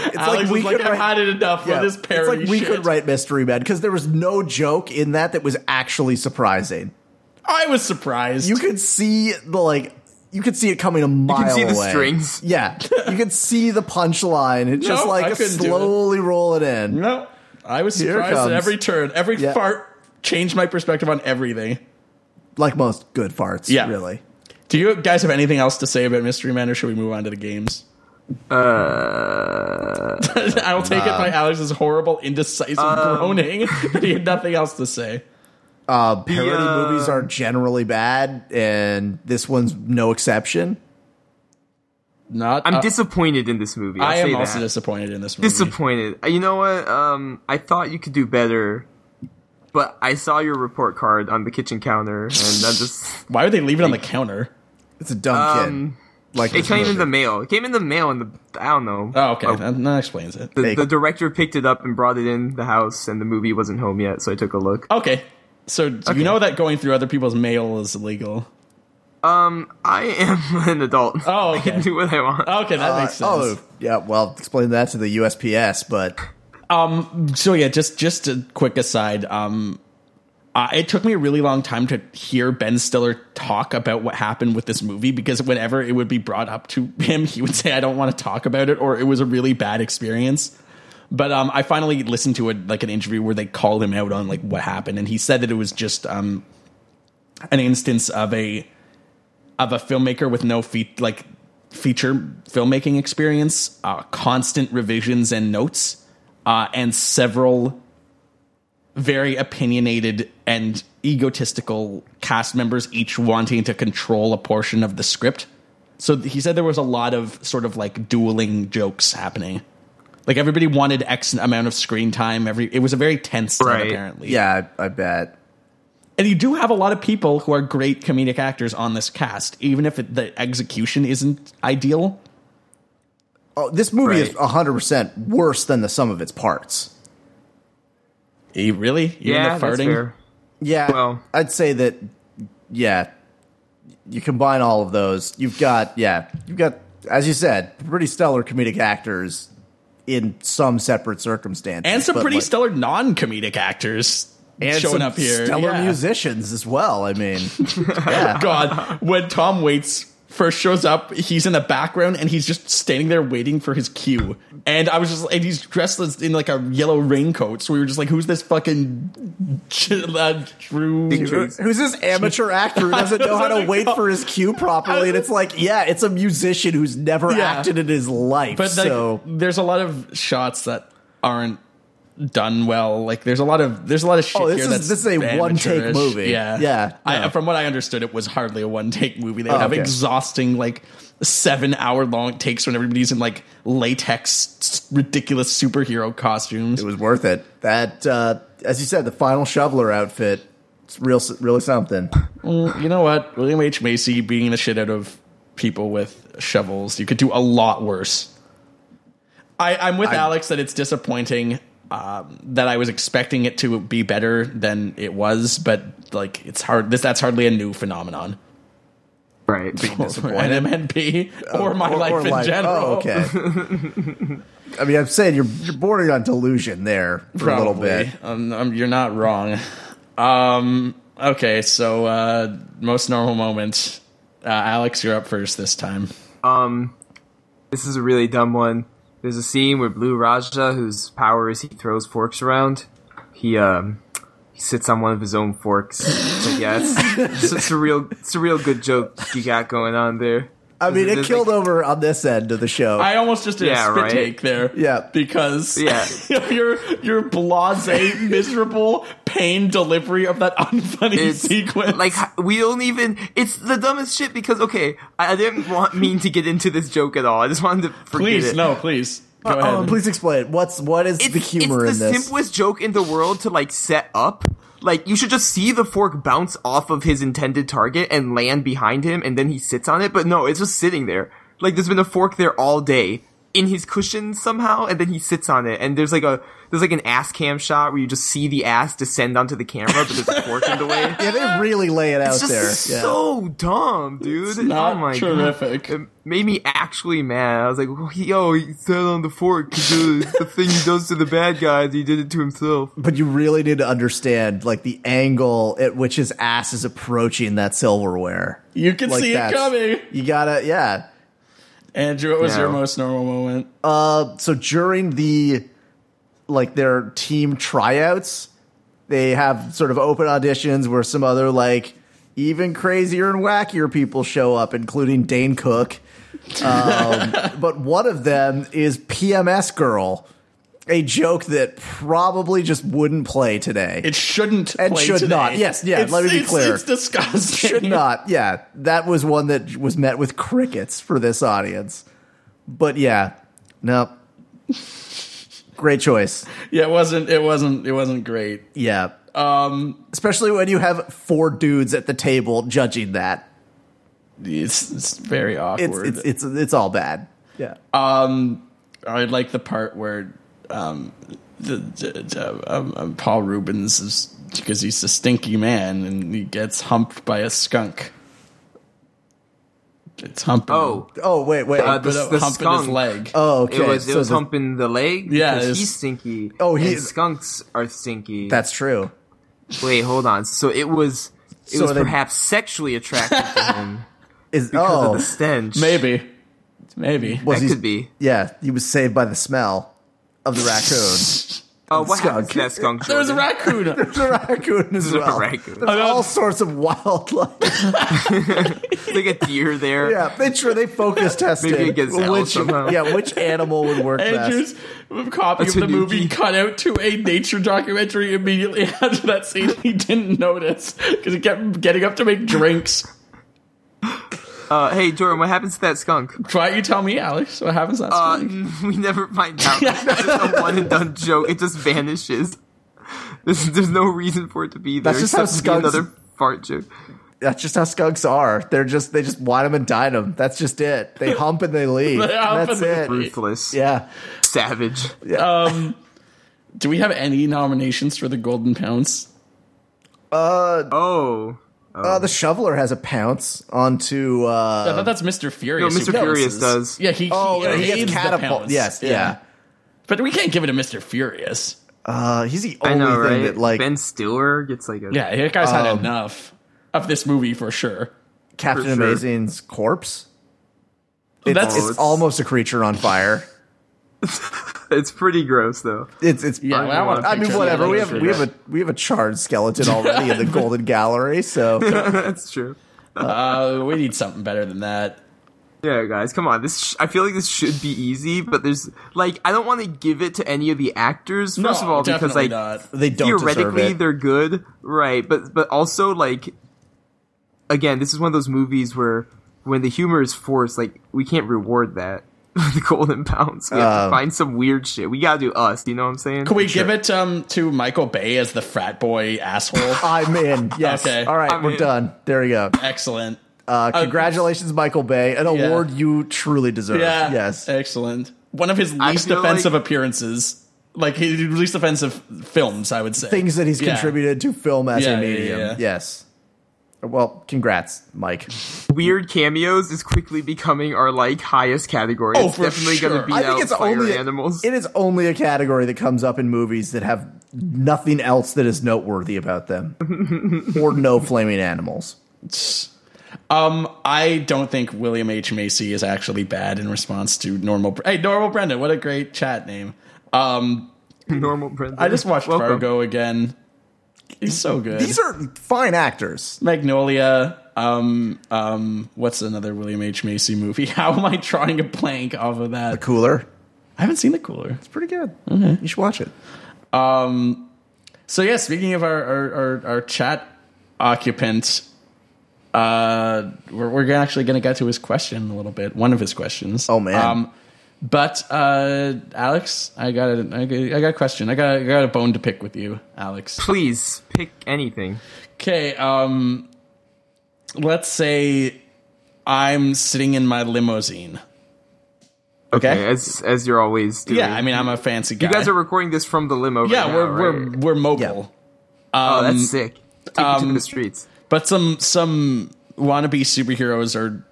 Speaker 5: It's
Speaker 4: Alex was like, I've had it enough
Speaker 5: yeah.
Speaker 4: with this
Speaker 5: It's
Speaker 4: parody
Speaker 5: like we
Speaker 4: shit.
Speaker 5: could write Mystery Man because there was no joke in that that was actually surprising.
Speaker 4: I was surprised.
Speaker 5: You could see the like you could see it coming a mile away.
Speaker 6: see the strings.
Speaker 5: Yeah. You could see the punchline. It's just
Speaker 4: No, I
Speaker 5: like
Speaker 4: couldn't do it.
Speaker 5: slowly rolling in.
Speaker 4: no, I was
Speaker 5: Here
Speaker 4: surprised at
Speaker 5: comes-
Speaker 4: every turn. Every
Speaker 5: Yeah.
Speaker 4: fart changed my perspective on everything.
Speaker 5: Like most good farts,
Speaker 4: Yeah.
Speaker 5: really.
Speaker 4: Do you guys have anything else to say about Mystery Man, or should we move on to the games?
Speaker 6: Uh,
Speaker 4: I'll take it by Alex's horrible, indecisive
Speaker 6: Um,
Speaker 4: groaning that he had nothing else to say.
Speaker 5: Uh, parody
Speaker 6: uh,
Speaker 5: movies are generally bad, and this one's no exception.
Speaker 4: Not.
Speaker 6: I'm
Speaker 4: uh,
Speaker 6: disappointed in this movie. I'll
Speaker 4: I am
Speaker 6: say
Speaker 4: also
Speaker 6: that.
Speaker 4: disappointed in this movie.
Speaker 6: disappointed. Uh, You know what? Um, I thought you could do better, but I saw your report card on the kitchen counter, and I'm just.
Speaker 4: Why would they leave it on the counter?
Speaker 5: It's a dumb kid.
Speaker 6: Um,
Speaker 5: Like
Speaker 6: It
Speaker 5: this
Speaker 6: came in
Speaker 5: movie.
Speaker 6: the mail. It came in the mail, and the I don't know.
Speaker 4: Oh, okay,
Speaker 6: Uh,
Speaker 4: that, that explains it.
Speaker 6: the, the
Speaker 5: Bacon.
Speaker 6: director picked it up and brought it in the house, and the movie wasn't home yet, so I took a look.
Speaker 4: Okay, so you know that going through other people's mail is illegal.
Speaker 6: Um, I am an adult.
Speaker 4: Oh,
Speaker 6: I can
Speaker 4: okay.
Speaker 6: do what I want.
Speaker 4: Okay, that
Speaker 5: Uh,
Speaker 4: makes sense.
Speaker 5: oh, yeah. Well, explain that to the USPS, but
Speaker 4: Um. So yeah, just just a quick aside. Um, uh, it took me a really long time to hear Ben Stiller talk about what happened with this movie because whenever it would be brought up to him, he would say, "I don't want to talk about it," or "It was a really bad experience." But um, I finally listened to a, like an interview where they called him out on like what happened, and he said that it was just um, an instance of a of a filmmaker with no feat like feature filmmaking experience, uh, constant revisions and notes, uh, and several very opinionated and egotistical cast members, each wanting to control a portion of the script. So th- he said there was a lot of sort of like dueling jokes happening. Like everybody wanted X amount of screen time. Every it was a very tense time
Speaker 6: Right.
Speaker 4: apparently.
Speaker 5: Yeah, I, I bet.
Speaker 4: and you do have a lot of people who are great comedic actors on this cast, even if it, the execution isn't ideal.
Speaker 5: Oh, this movie is
Speaker 6: Right.
Speaker 5: 100% worse than the sum of its parts.
Speaker 4: E- Really? Even
Speaker 6: yeah,
Speaker 4: the
Speaker 6: that's fair.
Speaker 5: Yeah.
Speaker 6: Well-
Speaker 5: I'd say that, yeah, you combine all of those. You've got, yeah, you've got, as you said, pretty stellar comedic actors in some separate circumstances.
Speaker 4: and some
Speaker 5: but,
Speaker 4: pretty
Speaker 5: like,
Speaker 4: stellar non-comedic actors
Speaker 5: and
Speaker 4: showing
Speaker 5: some
Speaker 4: up here.
Speaker 5: Stellar
Speaker 4: Yeah.
Speaker 5: musicians as well. I mean,
Speaker 4: Oh, God, when Tom Waits first shows up, he's in the background and he's just standing there waiting for his cue. And I was just, and he's dressed as- in like a yellow raincoat. So we were just like, who's this fucking ch- uh, Drew?
Speaker 5: who's this amateur actor who doesn't know how to
Speaker 4: Doesn't
Speaker 5: wait
Speaker 4: know.
Speaker 5: for his cue properly? And it's like, yeah, it's a musician who's never
Speaker 4: Yeah.
Speaker 5: acted in his life.
Speaker 4: But like,
Speaker 5: so
Speaker 4: there's a lot of shots that aren't done well. Like there's a lot of there's a lot of shit
Speaker 5: Oh, this
Speaker 4: here
Speaker 5: is-
Speaker 4: that's
Speaker 5: this is a one-take
Speaker 4: amateurish.
Speaker 5: movie.
Speaker 4: Yeah,
Speaker 5: Yeah,
Speaker 4: I,
Speaker 5: no.
Speaker 4: from what I understood, it was hardly a one take movie. They would
Speaker 5: Oh,
Speaker 4: have
Speaker 5: okay.
Speaker 4: exhausting like seven hour long takes when everybody's in like latex s- ridiculous superhero costumes.
Speaker 5: it was worth it. That, uh, as you said, the final shoveler outfit. It's real, really something.
Speaker 4: you know what? William H Macy beating the shit out of people with shovels. You could do a lot worse. I, I'm with Alex that it's disappointing. Um, that I was expecting it to be better than it was, but like it's hard. This that's hardly a new phenomenon.
Speaker 6: Right.
Speaker 4: Disappointed MNP or my
Speaker 5: Or-
Speaker 4: life
Speaker 5: or
Speaker 4: in
Speaker 5: like-
Speaker 4: general.
Speaker 5: Oh, okay. I mean, I'm saying you're you're bordering on delusion there for a little bit.
Speaker 4: Um, um, you're not wrong. Um, okay, so uh, most normal moment. Uh, Alex, you're up first this time.
Speaker 6: This is a really dumb one. There's a scene where Blue Raja, whose power is he throws forks around, he um he sits on one of his own forks. It's like, yeah, it's, it's, it's a real it's a real good joke you got going on there.
Speaker 5: I mean, it
Speaker 6: There's,
Speaker 5: killed
Speaker 6: like-
Speaker 5: over on this end of the show.
Speaker 4: I almost just did
Speaker 6: Yeah,
Speaker 4: a spit
Speaker 6: right.
Speaker 4: take there.
Speaker 5: Yeah.
Speaker 4: Because
Speaker 6: Yeah.
Speaker 4: of your your blase, miserable pain delivery of that unfunny
Speaker 6: It's
Speaker 4: sequence.
Speaker 6: like h- we don't even. It's the dumbest shit because okay, I, I didn't want mean to get into this joke at all. I just wanted to forget
Speaker 4: please,
Speaker 6: it.
Speaker 4: no, please. Go ahead.
Speaker 5: Um, please explain what's what is the humor
Speaker 6: it's the
Speaker 5: in this?
Speaker 6: simplest joke in the world to like set up. Like you should just see the fork bounce off of his intended target and land behind him, and then he sits on it. But no, it's just sitting there. Like there's been a fork there all day in his cushion somehow, and then he sits on it. And there's like a there's like an ass cam shot where you just see the ass descend onto the camera, but there's a fork in the way.
Speaker 5: yeah, they really lay it out
Speaker 6: It's
Speaker 5: there.
Speaker 6: just
Speaker 5: Yeah.
Speaker 6: so dumb, dude.
Speaker 4: Not
Speaker 6: oh my god
Speaker 4: terrific.
Speaker 6: it made me actually mad. I was like, yo, he sat on the fork to do the thing he does to the bad guys. He did it to himself.
Speaker 5: but you really need to understand like the angle at which his ass is approaching that silverware.
Speaker 4: You can
Speaker 5: Like
Speaker 4: see it
Speaker 5: that's-
Speaker 4: coming.
Speaker 5: You gotta, yeah.
Speaker 4: Andrew, what was your
Speaker 6: No.
Speaker 4: most normal moment?
Speaker 5: so during the like their team tryouts, they have sort of open auditions where some other like even crazier and wackier people show up, including Dane Cook. Um, but one of them is PMS Girl, a joke that probably just wouldn't play today.
Speaker 4: It shouldn't
Speaker 5: It
Speaker 4: play
Speaker 5: should
Speaker 4: today.
Speaker 5: not. Yes, yeah,
Speaker 4: It's-
Speaker 5: let me be
Speaker 4: it's-
Speaker 5: clear.
Speaker 4: It's disgusting.
Speaker 5: should not. Yeah, that was one that was met with crickets for this audience. But yeah, no, great choice.
Speaker 4: Yeah, it wasn't. It wasn't. It wasn't great.
Speaker 5: Yeah,
Speaker 4: Um,
Speaker 5: especially when you have four dudes at the table judging that.
Speaker 4: it's, it's very
Speaker 5: It's
Speaker 4: awkward.
Speaker 5: it's it's it's all bad. Uh, Yeah.
Speaker 4: Um, I like the part where um, the, the, the- um, um, Paul Rubens is because he's a stinky man and he gets humped by a skunk. It's humping.
Speaker 6: Oh,
Speaker 5: oh wait, wait.
Speaker 6: Uh,
Speaker 4: but
Speaker 6: the-
Speaker 4: uh,
Speaker 6: the
Speaker 4: humping his
Speaker 6: skunk.
Speaker 4: leg.
Speaker 5: oh, okay.
Speaker 6: it was, it
Speaker 5: so
Speaker 6: was
Speaker 5: the-
Speaker 6: humping the leg?
Speaker 4: Yeah,
Speaker 6: Because
Speaker 4: it's-
Speaker 6: he's stinky.
Speaker 5: Oh, he-
Speaker 6: and skunks are stinky.
Speaker 5: that's true.
Speaker 6: Wait, hold on. So it was. It
Speaker 5: So
Speaker 6: was
Speaker 5: they-
Speaker 6: perhaps sexually attracted to him
Speaker 5: Is
Speaker 6: because
Speaker 5: oh
Speaker 6: of the stench.
Speaker 4: maybe, maybe.
Speaker 5: was
Speaker 6: That
Speaker 5: he-
Speaker 6: could be.
Speaker 5: Yeah, he was saved by the smell of the raccoon.
Speaker 6: Oh, what
Speaker 5: skunk.
Speaker 6: happened to that skunk?
Speaker 4: There was a
Speaker 6: Jordan?
Speaker 4: raccoon.
Speaker 5: the raccoon as
Speaker 6: There's a
Speaker 5: well.
Speaker 6: raccoon.
Speaker 5: There's all sorts of wildlife.
Speaker 6: like a deer there.
Speaker 5: yeah, they sure they focus tested
Speaker 6: Maybe a gazelle
Speaker 5: which
Speaker 6: somehow.
Speaker 5: yeah which animal would work best.
Speaker 4: Andrew's copy
Speaker 6: A
Speaker 4: of the movie
Speaker 6: tanuki.
Speaker 4: cut out to a nature documentary immediately after that scene. He didn't notice because he kept getting up to make drinks.
Speaker 6: Uh, hey, Jordan, what happens to that skunk?
Speaker 4: Why don't you tell me, Alex? What happens last
Speaker 6: Uh,
Speaker 4: week?
Speaker 6: we never find out. It's just a one and done joke. It just vanishes. There's, there's no reason for it to be there.
Speaker 5: That's just how
Speaker 6: except to be
Speaker 5: skunks-
Speaker 6: another fart joke.
Speaker 5: That's just how skunks are. They're just they just wine them and dine them. That's just it. They hump and they leave.
Speaker 4: They hump and
Speaker 5: That's
Speaker 4: they
Speaker 5: it.
Speaker 6: Ruthless,
Speaker 5: Yeah.
Speaker 6: savage.
Speaker 4: Do we have any nominations for the Golden Pounce?
Speaker 6: Oh,
Speaker 5: Uh, the shoveler has a pounce onto.
Speaker 4: I
Speaker 5: Uh,
Speaker 4: thought that's Mr. Furious.
Speaker 6: No,
Speaker 4: who
Speaker 6: Mr. Furious
Speaker 4: pounces.
Speaker 6: does.
Speaker 4: Yeah, he,
Speaker 5: oh,
Speaker 4: he,
Speaker 5: he gets
Speaker 4: aids the
Speaker 5: catapult.
Speaker 4: pounce.
Speaker 5: Yes, yeah.
Speaker 4: But we can't give it to Mr. Furious.
Speaker 5: Uh, he's the
Speaker 6: I
Speaker 5: only
Speaker 6: know,
Speaker 5: thing
Speaker 6: right?
Speaker 5: that like
Speaker 6: ben Stiller gets like a
Speaker 4: Yeah, that guy's had
Speaker 5: Um,
Speaker 4: enough of this movie for sure.
Speaker 5: Captain
Speaker 6: for sure.
Speaker 5: Amazing's corpse. It's,
Speaker 4: That's-
Speaker 5: it's
Speaker 6: Oh, it's-
Speaker 5: almost a creature on fire.
Speaker 6: It's pretty gross though.
Speaker 5: It's it's.
Speaker 4: Yeah, well, I want to
Speaker 5: I mean,
Speaker 6: picture
Speaker 5: whatever.
Speaker 6: that.
Speaker 5: We have we have a we have a charred skeleton already in the Golden Gallery, so
Speaker 6: That's true.
Speaker 4: Uh, we need something better than that.
Speaker 6: Yeah, guys, come on. This sh- I feel like this should be easy, but there's like I don't want to give it to any of the actors. First
Speaker 4: No,
Speaker 6: of all, because
Speaker 4: definitely
Speaker 6: like
Speaker 4: not.
Speaker 5: they don't deserve
Speaker 6: theoretically
Speaker 5: it.
Speaker 6: they're good, right? But but also like again, this is one of those movies where when the humor is forced, like we can't reward that. the golden pounds. We have to find some weird shit. We gotta do us. You know what I'm saying?
Speaker 4: Um, Can we give it um, to Michael Bay as the frat boy asshole?
Speaker 5: I'm in. Yes.
Speaker 4: Okay.
Speaker 5: All right,
Speaker 6: I'm
Speaker 5: we're
Speaker 6: in.
Speaker 5: done. There you go.
Speaker 4: Excellent.
Speaker 5: Uh, congratulations, Michael Bay, an
Speaker 4: Yeah.
Speaker 5: award you truly deserve.
Speaker 4: Yeah.
Speaker 5: Yes.
Speaker 4: Excellent. One of his
Speaker 6: I
Speaker 4: least
Speaker 6: feel
Speaker 4: offensive
Speaker 6: like-
Speaker 4: appearances, like his least offensive films, I would say.
Speaker 5: Things that he's
Speaker 4: Yeah.
Speaker 5: contributed to film as
Speaker 4: Yeah,
Speaker 5: a
Speaker 4: yeah, yeah,
Speaker 5: medium.
Speaker 4: yeah.
Speaker 5: Yes. Well, congrats, Mike.
Speaker 6: Weird cameos is quickly becoming our like highest category.
Speaker 4: Oh,
Speaker 6: it's
Speaker 4: for
Speaker 6: definitely
Speaker 4: sure.
Speaker 6: gonna beat
Speaker 5: I
Speaker 6: out
Speaker 5: think it's
Speaker 6: fire
Speaker 5: only
Speaker 6: animals.
Speaker 5: It is only a category that comes up in movies that have nothing else that is noteworthy about them, or no flaming animals.
Speaker 4: Um, I don't think William H Macy is actually bad in response to normal. Hey, normal Brendan, what a great chat name. Um,
Speaker 6: Normal Brendan.
Speaker 4: I just watched
Speaker 6: Welcome.
Speaker 4: Fargo again. He's so good.
Speaker 5: These are fine actors.
Speaker 4: Magnolia. Um, um, what's another William H Macy movie? How am I drawing a blank off of that?
Speaker 5: Cooler.
Speaker 4: I haven't seen The Cooler.
Speaker 5: It's pretty good.
Speaker 4: Mm-hmm.
Speaker 5: You should watch it.
Speaker 4: So yeah, speaking of our our, our, our chat occupant, uh, we're we're actually going to get to his question a little bit, one of his questions.
Speaker 5: Oh, man.
Speaker 4: Um, but uh, Alex, I got a, I got I got a question. I got a, I got a bone to pick with you, Alex.
Speaker 6: Please pick anything.
Speaker 4: Okay, um, let's say I'm sitting in my limousine. Okay.
Speaker 6: As as you're always doing.
Speaker 4: Yeah, I mean I'm a fancy guy.
Speaker 6: you guys are recording this from the limo. right
Speaker 4: yeah,
Speaker 6: now,
Speaker 4: we're
Speaker 6: right?
Speaker 4: we're we're mobile.
Speaker 6: Oh, that's sick. Take me
Speaker 4: um,
Speaker 6: to the streets.
Speaker 4: But some some wannabe superheroes are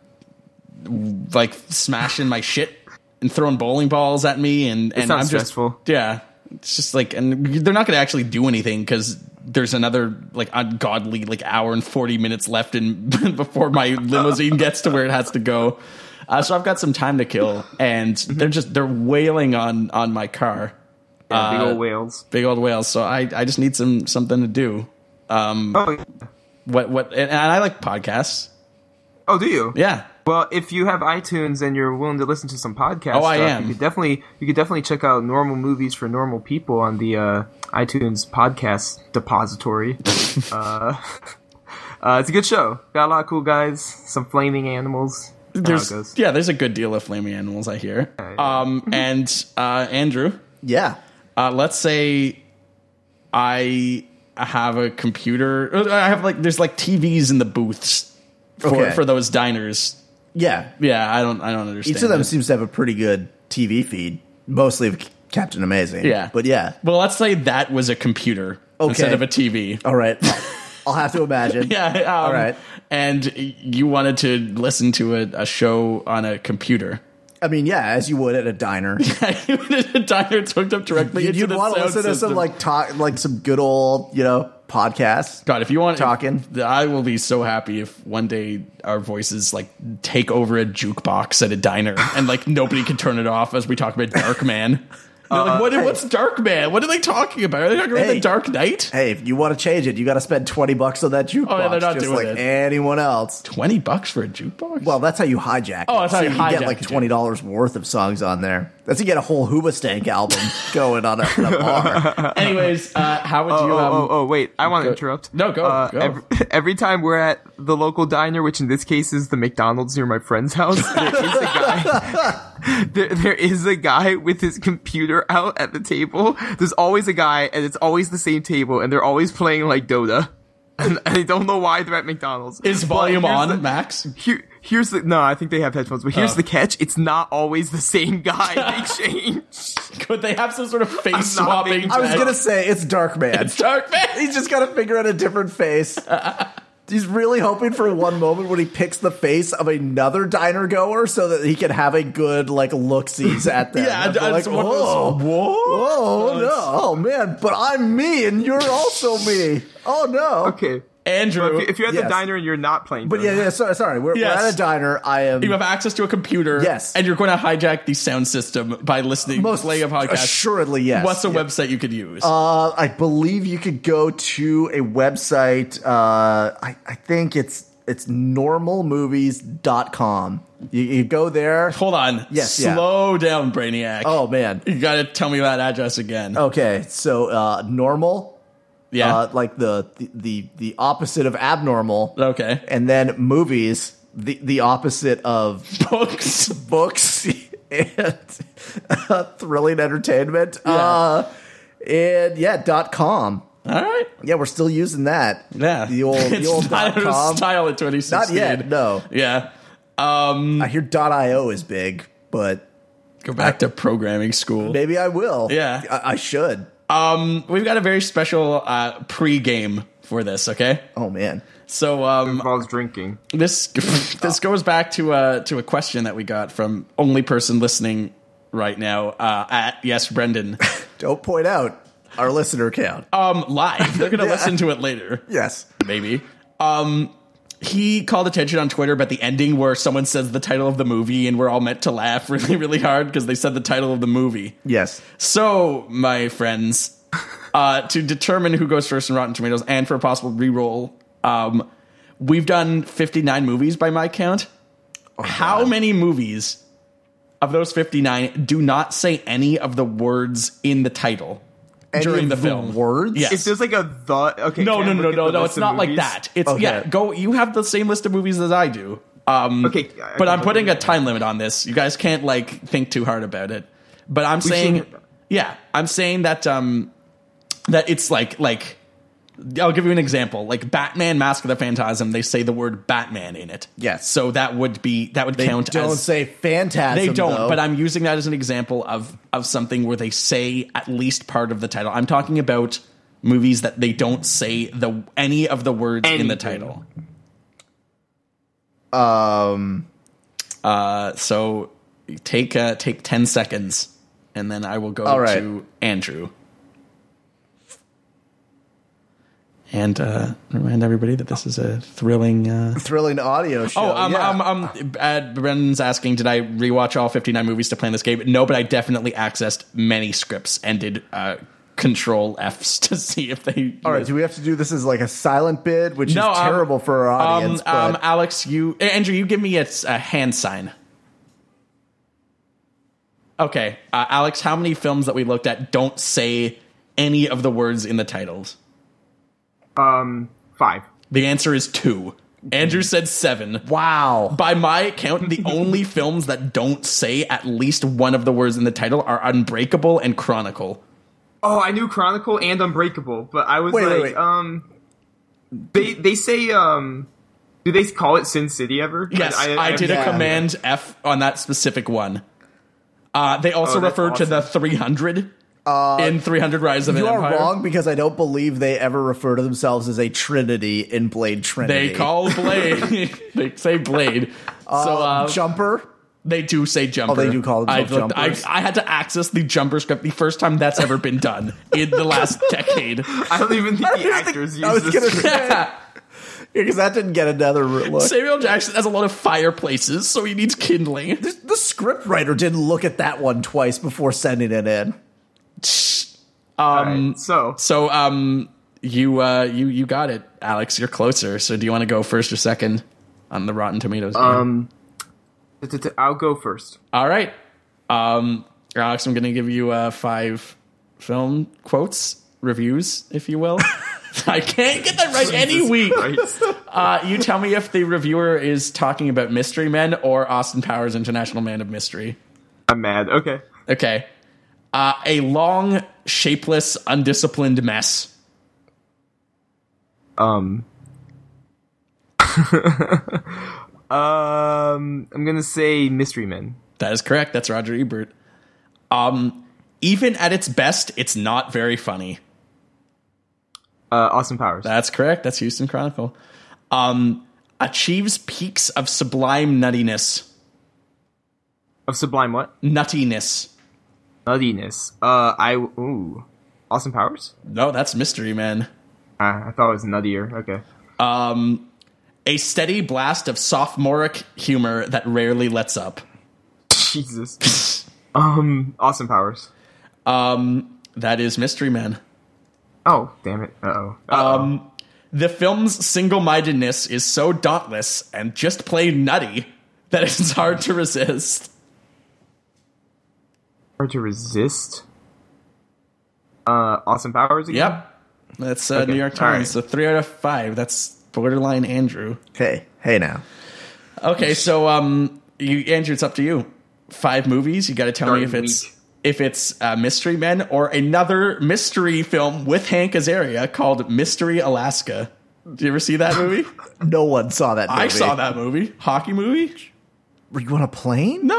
Speaker 4: like smashing my shit and throwing bowling balls at me, and and
Speaker 6: sounds
Speaker 4: I'm just
Speaker 6: stressful.
Speaker 4: yeah. It's just like, and they're not going to actually do anything because there's another like ungodly like hour and forty minutes left in before my limousine gets to where it has to go. Uh, so I've got some time to kill, and
Speaker 6: Mm-hmm.
Speaker 4: they're just they're wailing on on my car,
Speaker 6: Yeah, big
Speaker 4: uh,
Speaker 6: old whales.
Speaker 4: big old whales. So I I just need some something to do.
Speaker 6: Oh, yeah.
Speaker 4: What what? And I like podcasts.
Speaker 6: oh, do you?
Speaker 4: Yeah,
Speaker 6: Well, if you have iTunes and you're willing to listen to some podcasts,
Speaker 4: Oh, I am.
Speaker 6: You could definitely you could definitely check out normal movies for normal people on the uh, iTunes podcast depository. uh, uh, it's a good show. Got a lot of cool guys, some flaming animals. You know how it
Speaker 4: there's
Speaker 6: goes.
Speaker 4: yeah, there's a good deal of flaming animals I hear.
Speaker 6: yeah.
Speaker 4: Um, and uh, Andrew,
Speaker 5: Yeah.
Speaker 4: uh, let's say I have a computer. uh, I have like there's like TVs in the booths for
Speaker 5: Okay.
Speaker 4: for those diners.
Speaker 5: Yeah.
Speaker 4: Yeah, I don't I don't understand.
Speaker 5: Each of them
Speaker 4: it.
Speaker 5: seems to have a pretty good TV feed, mostly of C- Captain Amazing.
Speaker 4: Yeah.
Speaker 5: But yeah.
Speaker 4: well, let's say that was a computer
Speaker 5: Okay.
Speaker 4: instead of a TV.
Speaker 5: All right. I'll have to imagine.
Speaker 4: Yeah. Um, All
Speaker 5: right.
Speaker 4: And you wanted to listen to a, a show on a computer.
Speaker 5: I mean, yeah, as you would at a diner.
Speaker 4: a diner it's hooked up directly
Speaker 5: You'd,
Speaker 4: into the
Speaker 5: want to
Speaker 4: sound
Speaker 5: listen to some
Speaker 4: system.
Speaker 5: like talk, like some good old, you know, podcasts.
Speaker 4: God, if you want
Speaker 5: Talking.
Speaker 4: if- I will be so happy if one day our voices like take over a jukebox at a diner and like nobody can turn it off as we talk about Dark Man. They're like, what, what's Dark Man? What are they talking about? Are they talking about
Speaker 5: Hey.
Speaker 4: the Dark Knight?
Speaker 5: Hey, if you want to change it, you got to spend twenty bucks on that jukebox,
Speaker 4: Oh, yeah, they're not
Speaker 5: just
Speaker 4: doing
Speaker 5: like
Speaker 4: it.
Speaker 5: anyone else.
Speaker 4: Twenty bucks for a jukebox?
Speaker 5: Well, that's how you hijack.
Speaker 4: Oh,
Speaker 5: it.
Speaker 4: that's how you
Speaker 5: so you
Speaker 4: hijack
Speaker 5: get like
Speaker 4: it,
Speaker 5: twenty dollars worth of songs on there. That's you get a whole Hoobastank album going on at a bar.
Speaker 4: anyways, uh, how would
Speaker 6: Oh,
Speaker 4: you? um,
Speaker 6: oh, oh, wait! I want to
Speaker 4: go-
Speaker 6: interrupt.
Speaker 4: No, go,
Speaker 6: Uh,
Speaker 4: go.
Speaker 6: Every, every time we're at the local diner, which in this case is the McDonald's near my friend's house, there is a guy. there, there is a guy with his computer out at the table. There's always a guy, and it's always the same table, and they're always playing like Dota. And I don't know why they're at McDonald's.
Speaker 4: Is
Speaker 6: But
Speaker 4: volume
Speaker 6: here's
Speaker 4: on
Speaker 6: the-
Speaker 4: max?
Speaker 6: here, here's the no. I think they have headphones, but here's
Speaker 4: Oh.
Speaker 6: the catch: it's not always the same guy. They change.
Speaker 4: Could they have some sort of face
Speaker 6: I'm not
Speaker 4: swapping?
Speaker 6: being-
Speaker 5: I was gonna say it's Dark Man.
Speaker 4: It's Dark Man.
Speaker 5: He's just got to figure out a different face. He's really hoping for one moment when he picks the face of another diner goer so that he can have a good like look sees at them.
Speaker 4: Yeah,
Speaker 5: And they're
Speaker 4: I- I-
Speaker 5: like,
Speaker 4: someone goes,
Speaker 5: whoa,
Speaker 4: "Whoa?"
Speaker 5: whoa,
Speaker 4: Oh,
Speaker 5: no,
Speaker 4: it's-
Speaker 5: oh man, but I'm me and you're also me. Oh no.
Speaker 6: Okay,
Speaker 4: Andrew,
Speaker 6: if, if you're at
Speaker 5: Yes.
Speaker 6: the diner and you're not playing,
Speaker 5: But yeah, yeah, sorry, sorry. We're,
Speaker 4: Yes.
Speaker 5: we're at a diner. I am
Speaker 4: you have access to a computer,
Speaker 5: Yes.
Speaker 4: and you're going to hijack the sound system by listening,
Speaker 5: most
Speaker 4: playing a podcast.
Speaker 5: Assuredly, yes.
Speaker 4: What's a website you could use?
Speaker 5: Uh, I believe you could go to a website. Uh, I, I think it's it's normalmovies.com. You, you go there.
Speaker 4: Hold on.
Speaker 5: yes, yeah.
Speaker 4: Slow down, Brainiac.
Speaker 5: Oh, man.
Speaker 4: You gotta tell me that address again.
Speaker 5: Okay. So uh, normal,
Speaker 4: yeah.
Speaker 5: uh, like the, the, the, the opposite of abnormal.
Speaker 4: okay.
Speaker 5: And then movies, the, the opposite of
Speaker 4: Books.
Speaker 5: books and uh, thrilling entertainment. Uh, and yeah, dot com.
Speaker 4: All right.
Speaker 5: Yeah, we're still using that.
Speaker 4: Yeah.
Speaker 5: The old, the
Speaker 4: It's
Speaker 5: old
Speaker 4: not
Speaker 5: dot
Speaker 4: out of
Speaker 5: com.
Speaker 4: style in 2016.
Speaker 5: Not yet, no.
Speaker 4: Yeah. Um,
Speaker 5: I hear .io is big, but
Speaker 4: go back to programming school.
Speaker 5: maybe I will.
Speaker 4: Yeah.
Speaker 5: I, I should.
Speaker 4: Um, we've got a very special uh, pre-game for this. Okay.
Speaker 5: Oh man,
Speaker 4: So um,
Speaker 6: involves drinking.
Speaker 4: this this goes back to a to a question that we got from only person listening right now uh, at yes Brendan
Speaker 5: don't point out our listener count.
Speaker 4: um live. They're gonna
Speaker 5: Yeah.
Speaker 4: listen to it later,
Speaker 5: yes,
Speaker 4: maybe. Um, he called attention on Twitter about the ending where someone says the title of the movie and we're all meant to laugh really really hard because they said the title of the movie.
Speaker 5: yes.
Speaker 4: So, my friends, uh, to determine who goes first in Rotten Tomatoes and for a possible reroll, um, we've done 59 movies by my count.
Speaker 6: Oh,
Speaker 4: How many movies of those 59 do not say any of the words in the title
Speaker 5: Any
Speaker 4: during
Speaker 5: of
Speaker 4: the
Speaker 5: the
Speaker 4: film?
Speaker 5: words?
Speaker 4: Yes.
Speaker 6: If there's like a the okay,
Speaker 4: no,
Speaker 6: can
Speaker 4: no,
Speaker 6: I
Speaker 4: no,
Speaker 6: look at
Speaker 4: no,
Speaker 6: the
Speaker 4: no.
Speaker 6: list
Speaker 4: It's
Speaker 6: of
Speaker 4: not like
Speaker 6: movies?
Speaker 4: that. It's
Speaker 5: Okay.
Speaker 4: yeah. Go. You have the same list of movies as I do.
Speaker 5: Mm.
Speaker 4: Um,
Speaker 6: Okay, I- I
Speaker 4: but
Speaker 6: can
Speaker 4: I'm
Speaker 6: look
Speaker 4: putting
Speaker 6: at
Speaker 4: a
Speaker 6: it.
Speaker 4: time limit on this. You guys can't like think too hard about it. But I'm
Speaker 6: should
Speaker 4: saying,
Speaker 6: hit that.
Speaker 4: yeah, I'm saying that um, that it's like like I'll give you an example. Like Batman: Mask of the Phantasm, they say the word Batman in it.
Speaker 5: Yes.
Speaker 4: So that would be that would
Speaker 5: They
Speaker 4: count.
Speaker 5: don't
Speaker 4: as,
Speaker 5: say phantasm.
Speaker 4: they don't.
Speaker 5: though.
Speaker 4: But I'm using that as an example of of something where they say at least part of the title. I'm talking about movies that they don't say the any of the words in the
Speaker 6: Anything.
Speaker 4: title.
Speaker 5: Um,
Speaker 4: Uh, so take uh, take ten seconds, and then I will go
Speaker 5: All right.
Speaker 4: to Andrew. And uh, remind everybody that this is a thrilling. Uh,
Speaker 5: thrilling audio show.
Speaker 4: Oh, um,
Speaker 5: yeah.
Speaker 4: um, um, uh, Brendan's asking, did I rewatch all 59 movies to plan this game? No, but I definitely accessed many scripts and did uh, control Fs to see if they.
Speaker 5: All right. Do we have to do this as like a silent bid, which
Speaker 4: No,
Speaker 5: is
Speaker 4: um,
Speaker 5: terrible for our
Speaker 4: Um,
Speaker 5: audience?
Speaker 4: um,
Speaker 5: but
Speaker 4: Alex, you, uh, Andrew, you give me a, a hand sign. Okay, uh, Alex, how many films that we looked at don't say any of the words in the titles?
Speaker 6: Um, five.
Speaker 4: The answer is two. Andrew
Speaker 5: Mm-hmm.
Speaker 4: said seven.
Speaker 5: wow.
Speaker 4: By my count, the only films that don't say at least one of the words in the title are Unbreakable and Chronicle.
Speaker 6: Oh, I knew Chronicle and Unbreakable, but I was
Speaker 5: Wait,
Speaker 6: like,
Speaker 5: wait, wait.
Speaker 6: um, they they say um, do they call it Sin City ever?
Speaker 4: Yes, I, did a
Speaker 5: yeah.
Speaker 4: command F on that specific one. Uh, they also
Speaker 6: Oh, that's
Speaker 4: refer to the
Speaker 6: awesome.
Speaker 4: 300 in 300 Rise of an
Speaker 5: Uh, You are
Speaker 4: Empire.
Speaker 5: wrong because I don't believe they ever refer to themselves as a Trinity in Blade Trinity.
Speaker 4: They call Blade. they say Blade. so uh,
Speaker 5: Jumper.
Speaker 4: they do say jumper.
Speaker 5: Um, Oh, they do call
Speaker 4: I,
Speaker 5: themselves
Speaker 4: looked- I,
Speaker 5: jumpers.
Speaker 4: I had to access the jumper script the first time that's ever been done in the last decade.
Speaker 6: I don't even think the actors use
Speaker 5: I was
Speaker 6: this.
Speaker 5: gonna say because that didn't get another look.
Speaker 4: Samuel Jackson has a lot of fireplaces, so he needs kindling.
Speaker 5: the script writer didn't look at that one twice before sending it in.
Speaker 4: Um,
Speaker 6: So
Speaker 4: So um, you uh, you you got it, Alex. You're closer. So do you want to go first or second on the Rotten Tomatoes?
Speaker 6: um, t- t- t- I'll go first.
Speaker 4: All right, um, Alex. I'm going to give you uh, five film quotes, reviews, if you will. I can't get that right any week. Uh, you tell me if the reviewer is talking about Mystery Men or Austin Powers, International Man of Mystery.
Speaker 6: I'm mad. Okay.
Speaker 4: Okay. Uh, a long, shapeless, undisciplined mess.
Speaker 6: Um. um, I'm gonna say Mystery Men.
Speaker 4: That is correct. That's Roger Ebert. Um, even at its best, it's not very funny.
Speaker 6: Uh, Austin Powers.
Speaker 4: That's correct. That's Houston Chronicle. Um, achieves peaks of sublime nuttiness.
Speaker 6: of Sublime what?
Speaker 4: Mm. Nuttiness.
Speaker 6: Nuttiness. Uh, I ooh, Austin Powers.
Speaker 4: No, that's mystery, man.
Speaker 6: Ah, I thought it was nuttier. Okay.
Speaker 4: Um, a steady blast of sophomoric humor that rarely lets up.
Speaker 6: Jesus. um, Austin Powers.
Speaker 4: Um, that is mystery, man.
Speaker 6: Oh, damn it. Uh oh.
Speaker 4: Um, the film's single-mindedness is so dauntless and just plain nutty that it's hard to resist.
Speaker 6: Hard to resist. Uh, Austin Powers again.
Speaker 4: Yep. That's uh,
Speaker 6: Okay.
Speaker 4: New York
Speaker 6: All right.
Speaker 4: Times. So three out of five. That's borderline Andrew.
Speaker 5: Hey, hey now.
Speaker 4: Okay, so um, you Andrew, it's up to you. Five movies. You got to tell me
Speaker 6: Starting
Speaker 4: if it's
Speaker 6: week.
Speaker 4: if it's uh, Mystery Men or another mystery film with Hank Azaria called Mystery Alaska. Did you ever see that movie?
Speaker 5: No one saw that. Movie.
Speaker 4: I saw that movie. Hockey movie?
Speaker 5: Were you on a plane?
Speaker 4: No,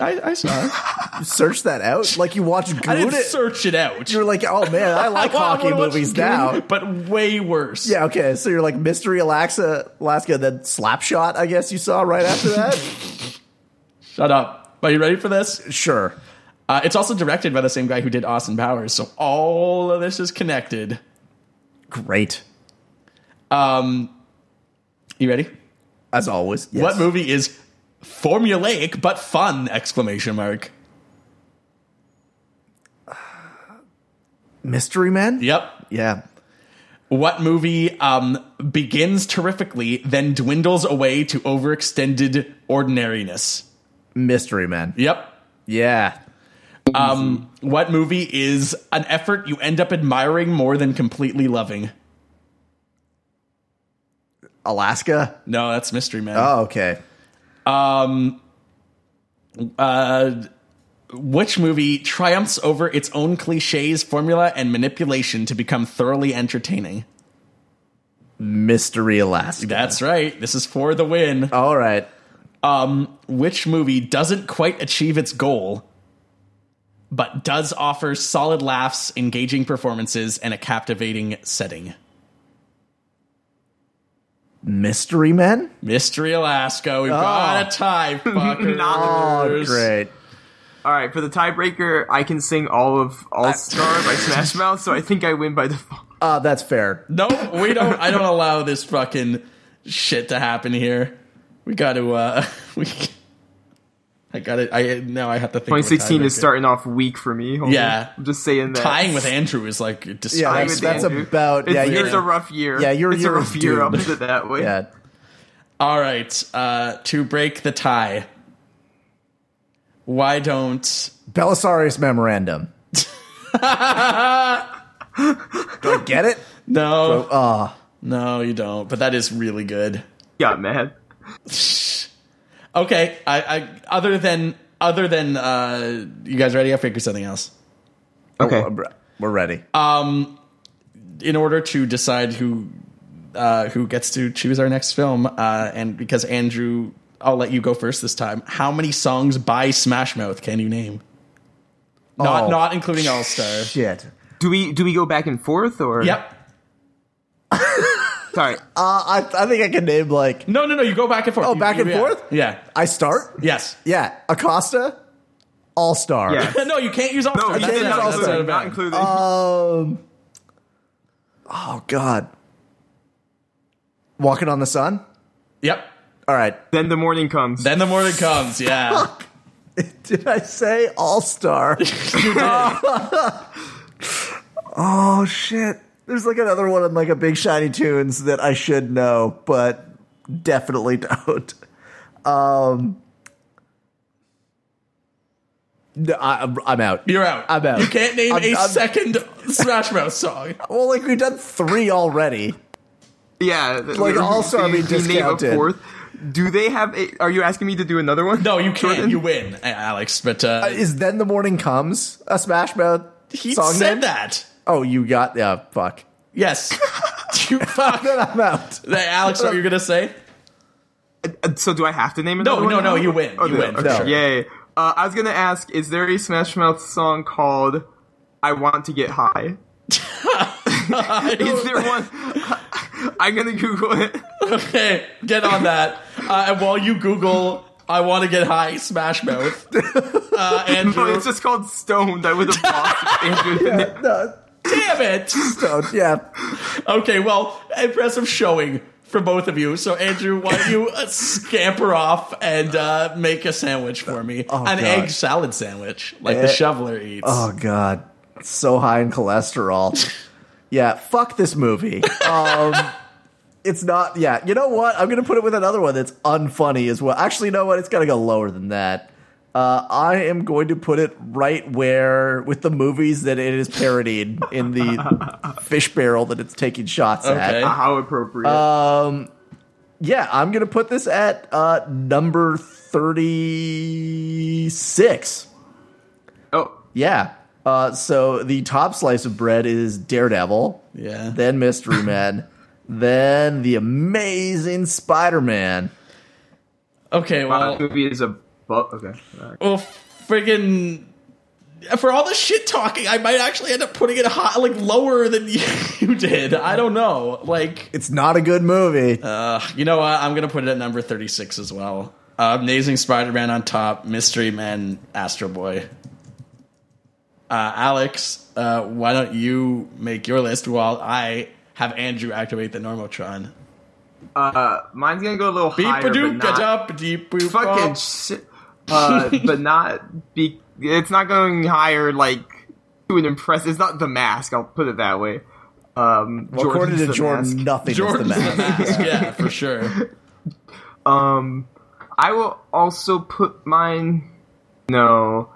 Speaker 4: I, I saw it.
Speaker 5: Search that out. Like you watched
Speaker 4: I
Speaker 5: Goon.
Speaker 4: didn't
Speaker 5: It.
Speaker 4: search it out.
Speaker 5: You're like, oh man, I like
Speaker 4: Well, I
Speaker 5: hockey
Speaker 4: wanna watch
Speaker 5: movies
Speaker 4: Goon,
Speaker 5: now.
Speaker 4: but way worse.
Speaker 5: Yeah, okay. So you're like Mystery Alaska, Alaska, then Slapshot. I guess you saw right after that.
Speaker 4: Shut up. Are you ready for this?
Speaker 5: sure.
Speaker 4: Uh, it's also directed by the same guy who did Austin Powers, so all of this is connected.
Speaker 5: Great.
Speaker 4: Um, you ready?
Speaker 5: As always. Yes.
Speaker 4: What movie is formulaic but fun? Exclamation mark.
Speaker 5: Mystery Men?
Speaker 4: Yep.
Speaker 5: Yeah.
Speaker 4: What movie um, begins terrifically, then dwindles away to overextended ordinariness?
Speaker 5: Mystery Men.
Speaker 4: Yep.
Speaker 5: Yeah.
Speaker 4: Um, what movie is an effort you end up admiring more than completely loving?
Speaker 5: Alaska?
Speaker 4: No, that's Mystery Man.
Speaker 5: Oh, okay.
Speaker 4: Um, uh, which movie triumphs over its own cliches, formula, and manipulation to become thoroughly entertaining?
Speaker 5: Mystery Alaska.
Speaker 4: That's right. This is for the win.
Speaker 5: All right.
Speaker 4: Um, which movie doesn't quite achieve its goal, but does offer solid laughs, engaging performances, and a captivating setting?
Speaker 5: Mystery Men?
Speaker 4: Mystery Alaska. We've got a tie, fuckers.
Speaker 5: Oh, great.
Speaker 6: All right. For the tiebreaker, I can sing all of All Star by Smash Mouth, so I think I win by default.
Speaker 5: Uh, that's fair.
Speaker 4: No, we don't. I don't allow this fucking shit to happen here. We got to. uh We. I got to I now. I have to think. of a
Speaker 6: 2016 is
Speaker 4: tiebreaker.
Speaker 6: starting off weak for me. Hold on.
Speaker 4: Yeah.
Speaker 6: I'm just saying that.
Speaker 4: Tying with Andrew is like
Speaker 5: Yeah,
Speaker 6: Tying
Speaker 5: that's,
Speaker 6: with
Speaker 4: disgraceful.
Speaker 5: that's
Speaker 6: Andrew.
Speaker 5: about.
Speaker 6: It's,
Speaker 5: Yeah,
Speaker 6: it's
Speaker 5: you're,
Speaker 6: a rough year.
Speaker 5: Yeah, you're-
Speaker 6: It's
Speaker 5: you're
Speaker 6: a rough year. I'll
Speaker 5: doomed.
Speaker 6: put it that way.
Speaker 5: yeah.
Speaker 4: All right, uh, to break the tie, why don't
Speaker 5: Belisarius Memorandum. Do I get it?
Speaker 4: no
Speaker 5: Uh,
Speaker 4: no you don't? But that is really good.
Speaker 6: Got mad.
Speaker 4: Okay, I, I other than other than uh, you guys ready? I figure something else.
Speaker 5: Oh,
Speaker 6: Okay.
Speaker 5: um, we're ready.
Speaker 4: in order to decide who uh, who gets to choose our next film, uh, and because Andrew, I'll let you go first this time. How many songs by Smash Mouth can you name? Not
Speaker 5: Oh.
Speaker 4: not including All Star.
Speaker 5: Shit.
Speaker 6: Do we do we go back and forth or?
Speaker 4: Yep.
Speaker 6: Sorry.
Speaker 5: Uh, I, I think I can name like
Speaker 4: No, no, no. You go back and forth.
Speaker 5: Oh,
Speaker 4: You-
Speaker 5: back
Speaker 4: you-
Speaker 5: and
Speaker 4: yeah.
Speaker 5: forth?
Speaker 4: Yeah.
Speaker 5: I start.
Speaker 4: Yes.
Speaker 5: Yeah, Acosta, All Star.
Speaker 6: Yeah.
Speaker 4: no, you can't use All
Speaker 6: No,
Speaker 4: Star.
Speaker 6: you did
Speaker 5: that's
Speaker 6: not
Speaker 5: not
Speaker 6: include.
Speaker 5: included.
Speaker 6: Not included.
Speaker 5: Um. Oh God. Walking on the sun.
Speaker 4: Yep.
Speaker 5: All right. Uh,
Speaker 6: then the morning comes.
Speaker 4: Then the morning comes. Yeah.
Speaker 5: Did I say All Star? oh shit! There's like another one in like a big shiny tunes that I should know, but definitely don't. Um, no, I, I'm- I'm out.
Speaker 4: You're out.
Speaker 5: I'm out.
Speaker 4: You can't name
Speaker 5: I'm-
Speaker 4: a
Speaker 5: I'm-
Speaker 4: second Smash Mouth song.
Speaker 5: Well, like we've done three already.
Speaker 6: Yeah,
Speaker 5: Like, All-Star being discounted.
Speaker 6: Do they have? A, are you asking me to do another one?
Speaker 4: No, you can't.
Speaker 6: Jordan?
Speaker 4: You win, A- Alex. But uh,
Speaker 5: Is then the morning comes a Smash Mouth
Speaker 4: he
Speaker 5: song?
Speaker 4: said
Speaker 5: name?
Speaker 4: that.
Speaker 5: Oh, you got yeah. Fuck.
Speaker 4: Yes. you fuck.
Speaker 5: Then I'm out.
Speaker 4: Hey, Alex, what you're gonna say?
Speaker 6: Uh, So do I have to name another
Speaker 4: No,
Speaker 6: one?
Speaker 4: no, no,
Speaker 6: now?
Speaker 4: you win.
Speaker 6: Oh,
Speaker 4: You
Speaker 6: no,
Speaker 4: win, for
Speaker 6: okay,
Speaker 5: sure.
Speaker 6: Yay! Uh, I was gonna ask: Is there a Smash Mouth song called "I Want to Get High"? Is there one? I'm gonna Google it.
Speaker 4: Okay, get on that. Uh, and while you Google, I want to get high, Smash Mouth. Uh, Andrew,
Speaker 6: No, Oh, it's just called "Stoned." I would have lost. Andrew.
Speaker 5: No,
Speaker 4: damn it.
Speaker 5: don't. Yeah.
Speaker 4: Okay, well, impressive showing for both of you. So, Andrew, why don't you uh, scamper off and uh, make a sandwich for me? An
Speaker 5: Oh, God.
Speaker 4: egg salad sandwich, like
Speaker 5: Eh.
Speaker 4: the shoveler eats.
Speaker 5: Oh god, so high in cholesterol. yeah, fuck this movie. Um, it's not. Yeah, you know what? I'm gonna put it with another one that's unfunny as well. Actually, you know what? It's gotta go lower than that. Uh, I am going to put it right where with the movies that it is parodied in the fish barrel that it's taking shots
Speaker 4: Okay.
Speaker 5: at.
Speaker 6: Uh, How appropriate.
Speaker 5: Uh, Yeah, I'm gonna put this at uh, number thirty-six.
Speaker 6: oh,
Speaker 5: Yeah. Uh, so the top slice of bread is Daredevil.
Speaker 4: Yeah.
Speaker 5: Then Mystery Man. then the Amazing Spider-Man.
Speaker 4: Okay,
Speaker 6: wow,
Speaker 4: well,
Speaker 6: that movie is a. Bu- okay. All right.
Speaker 4: well, Oh, friggin'. For all the shit talking, I might actually end up putting it high, like lower than you did. I don't know. Like,
Speaker 5: It's not a good movie.
Speaker 4: Uh, you know what? I'm gonna put it at number 36 as well. Uh, Amazing Spider-Man on top, Mystery Man, Astro Boy. Uh, Alex, uh, why don't you make your list while I have Andrew activate the Normotron?
Speaker 6: Uh, mine's gonna go a little
Speaker 4: Beep
Speaker 6: higher,
Speaker 4: a
Speaker 6: but
Speaker 4: doop
Speaker 6: not.
Speaker 4: up deep boop
Speaker 6: fucking
Speaker 4: up.
Speaker 6: shit. Uh, but not be. It's not going higher like to an impress. It's not the mask. I'll put it that way. Um,
Speaker 5: Well, according
Speaker 6: Jordan's
Speaker 5: to
Speaker 6: The
Speaker 5: Jordan,
Speaker 6: Mask.
Speaker 5: nothing
Speaker 4: Jordan's
Speaker 5: is the matter.
Speaker 4: yeah, for sure.
Speaker 6: Um, I will also put mine. No.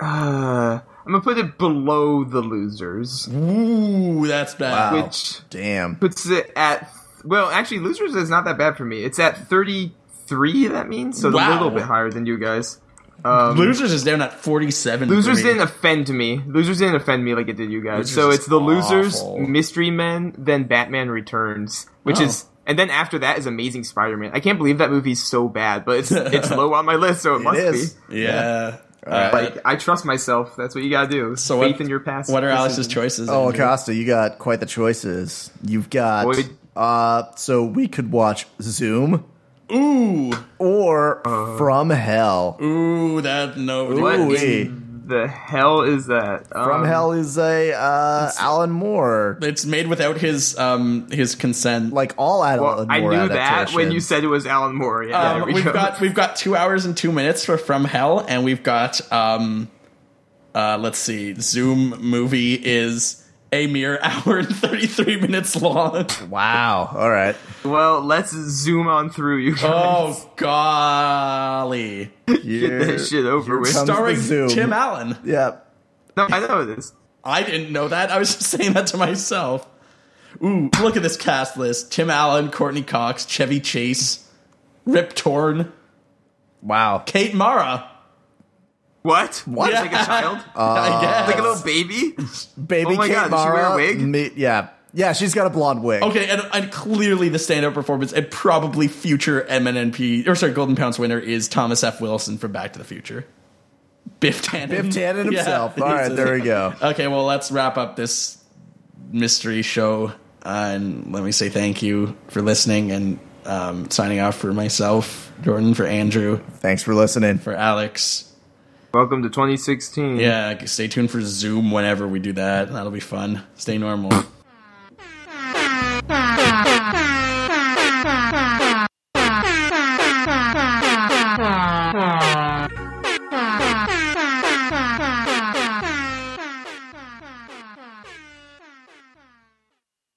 Speaker 6: Uh, I'm gonna put it below the losers,
Speaker 4: Ooh, that's bad.
Speaker 5: Wow.
Speaker 6: which
Speaker 5: Damn.
Speaker 6: puts it at. Well, actually, losers is not that bad for me. It's at 33. That means so it's a
Speaker 4: Wow.
Speaker 6: little bit higher than you guys. Um,
Speaker 4: Losers is down at 47. for
Speaker 6: Losers
Speaker 4: me.
Speaker 6: didn't offend me. Losers didn't offend me like it did you guys.
Speaker 4: Losers
Speaker 6: so
Speaker 4: is
Speaker 6: it's the losers,
Speaker 4: awful.
Speaker 6: Mystery Men, then Batman Returns, which
Speaker 4: Oh.
Speaker 6: is, and then after that is Amazing Spider-Man. I can't believe that movie's so bad, but it's it's low on my list, so it, must
Speaker 5: is.
Speaker 6: be.
Speaker 4: Yeah. Uh,
Speaker 6: Like I trust myself. That's what you gotta do.
Speaker 4: so
Speaker 6: faith
Speaker 4: what,
Speaker 6: in your past.
Speaker 4: What are Alex's
Speaker 6: decisions.
Speaker 4: choices?
Speaker 5: Oh,
Speaker 4: Andrew?
Speaker 5: Acosta, you got quite the choices. You've got
Speaker 6: Void.
Speaker 5: uh so we could watch Zoom
Speaker 4: Ooh,
Speaker 5: or From Hell.
Speaker 4: ooh, that no.
Speaker 6: Uh. What
Speaker 5: Ooh,
Speaker 6: in the hell is that?
Speaker 5: From
Speaker 6: Um,
Speaker 5: Hell is a uh Alan Moore.
Speaker 4: It's made without his um his consent.
Speaker 5: Like all Alan
Speaker 6: Well, I
Speaker 5: Moore
Speaker 6: knew that when you
Speaker 5: adaptations.
Speaker 6: said it was Alan Moore. Yeah,
Speaker 4: um,
Speaker 6: there we
Speaker 4: we've
Speaker 6: go.
Speaker 4: got we've got two hours and two minutes for From Hell, and we've got um uh let's see, Zoom movie is a mere hour and thirty three minutes long.
Speaker 5: Wow. All right.
Speaker 6: well, let's zoom on through. You guys.
Speaker 4: Oh golly.
Speaker 6: get that shit over with.
Speaker 5: comes- the
Speaker 4: Starring
Speaker 5: Zoom.
Speaker 4: Tim Allen.
Speaker 5: Yeah.
Speaker 6: No, I know this.
Speaker 4: I didn't know that. I was just saying that to myself. Ooh, look at this cast list. Tim Allen, Courtney Cox, Chevy Chase, Rip Torn,
Speaker 5: Wow.
Speaker 4: Kate Mara.
Speaker 6: What?
Speaker 5: What?
Speaker 6: Like a child?
Speaker 5: Uh,
Speaker 4: I guess.
Speaker 6: like a little baby?
Speaker 5: Baby
Speaker 6: Oh my
Speaker 5: Kate
Speaker 6: God, does she wear a
Speaker 5: Mara.
Speaker 6: wig?
Speaker 5: me- yeah. Yeah, she's got a blonde wig.
Speaker 4: Okay, and, and clearly the standout performance and probably future MNNP or sorry Golden Pounds winner is Thomas F. Wilson from Back to the Future. Biff Tannen.
Speaker 5: Biff Tannen
Speaker 4: Yeah,
Speaker 5: himself. All
Speaker 4: he's
Speaker 5: right,
Speaker 4: in
Speaker 5: there
Speaker 4: it.
Speaker 5: we go.
Speaker 4: Okay, well let's wrap up this mystery show uh, and let me say thank you for listening and um, signing off for myself, Jordan, for Andrew,
Speaker 5: Thanks for listening.
Speaker 4: for Alex.
Speaker 6: Welcome to 2016.
Speaker 4: Yeah, stay tuned for Zoom whenever we do that. That'll be fun. Stay normal.